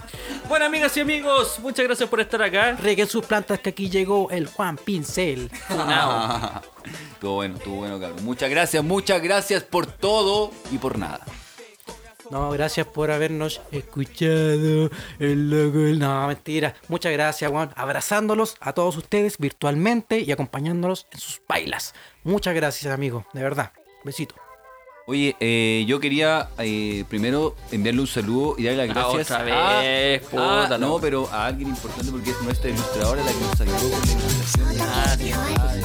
Bueno, amigas y amigos, muchas gracias por estar acá.
Regué sus plantas que aquí llegó el Juan Pincel.
Funao.
Estuvo bueno, estuvo bueno, cabrón. Muchas gracias, muchas gracias por todo y por nada.
No, gracias por habernos escuchado. El logo. del- No, mentira. Muchas gracias, Juan. Abrazándolos a todos ustedes virtualmente y acompañándolos en sus bailas. Muchas gracias, amigo. De verdad. Besito.
Oye, eh, yo quería eh, primero enviarle un saludo y darle las
Ah,
gracias
otra
a-
vez,
a-
puta,
no,
no.
pero a alguien importante porque es nuestra ilustradora la que nos ayudó con la ilustración.
ありキャンディーペロペ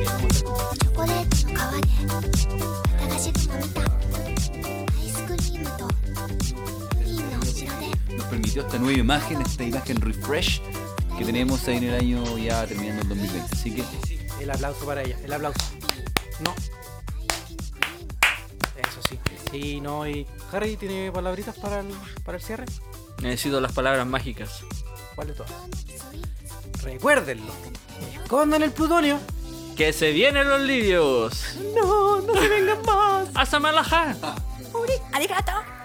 ロチョコレートの皮で新しくも見たアイスクリームとプリンの後ろで
Nos permitió esta nueva imagen, esta imagen refresh que tenemos ahí en el año ya terminando el 2020. Así que
El aplauso para ella. El aplauso. No. Eso sí. Sí, no. Y Harry, ¿tiene palabritas para el, para el cierre?
Necesito las palabras mágicas.
¿Cuál de todas? Recuérdenlo. Escondan el plutonio.
Que se vienen los lidios.
No, no se vengan más.
Hasta Malaja.
ありがとう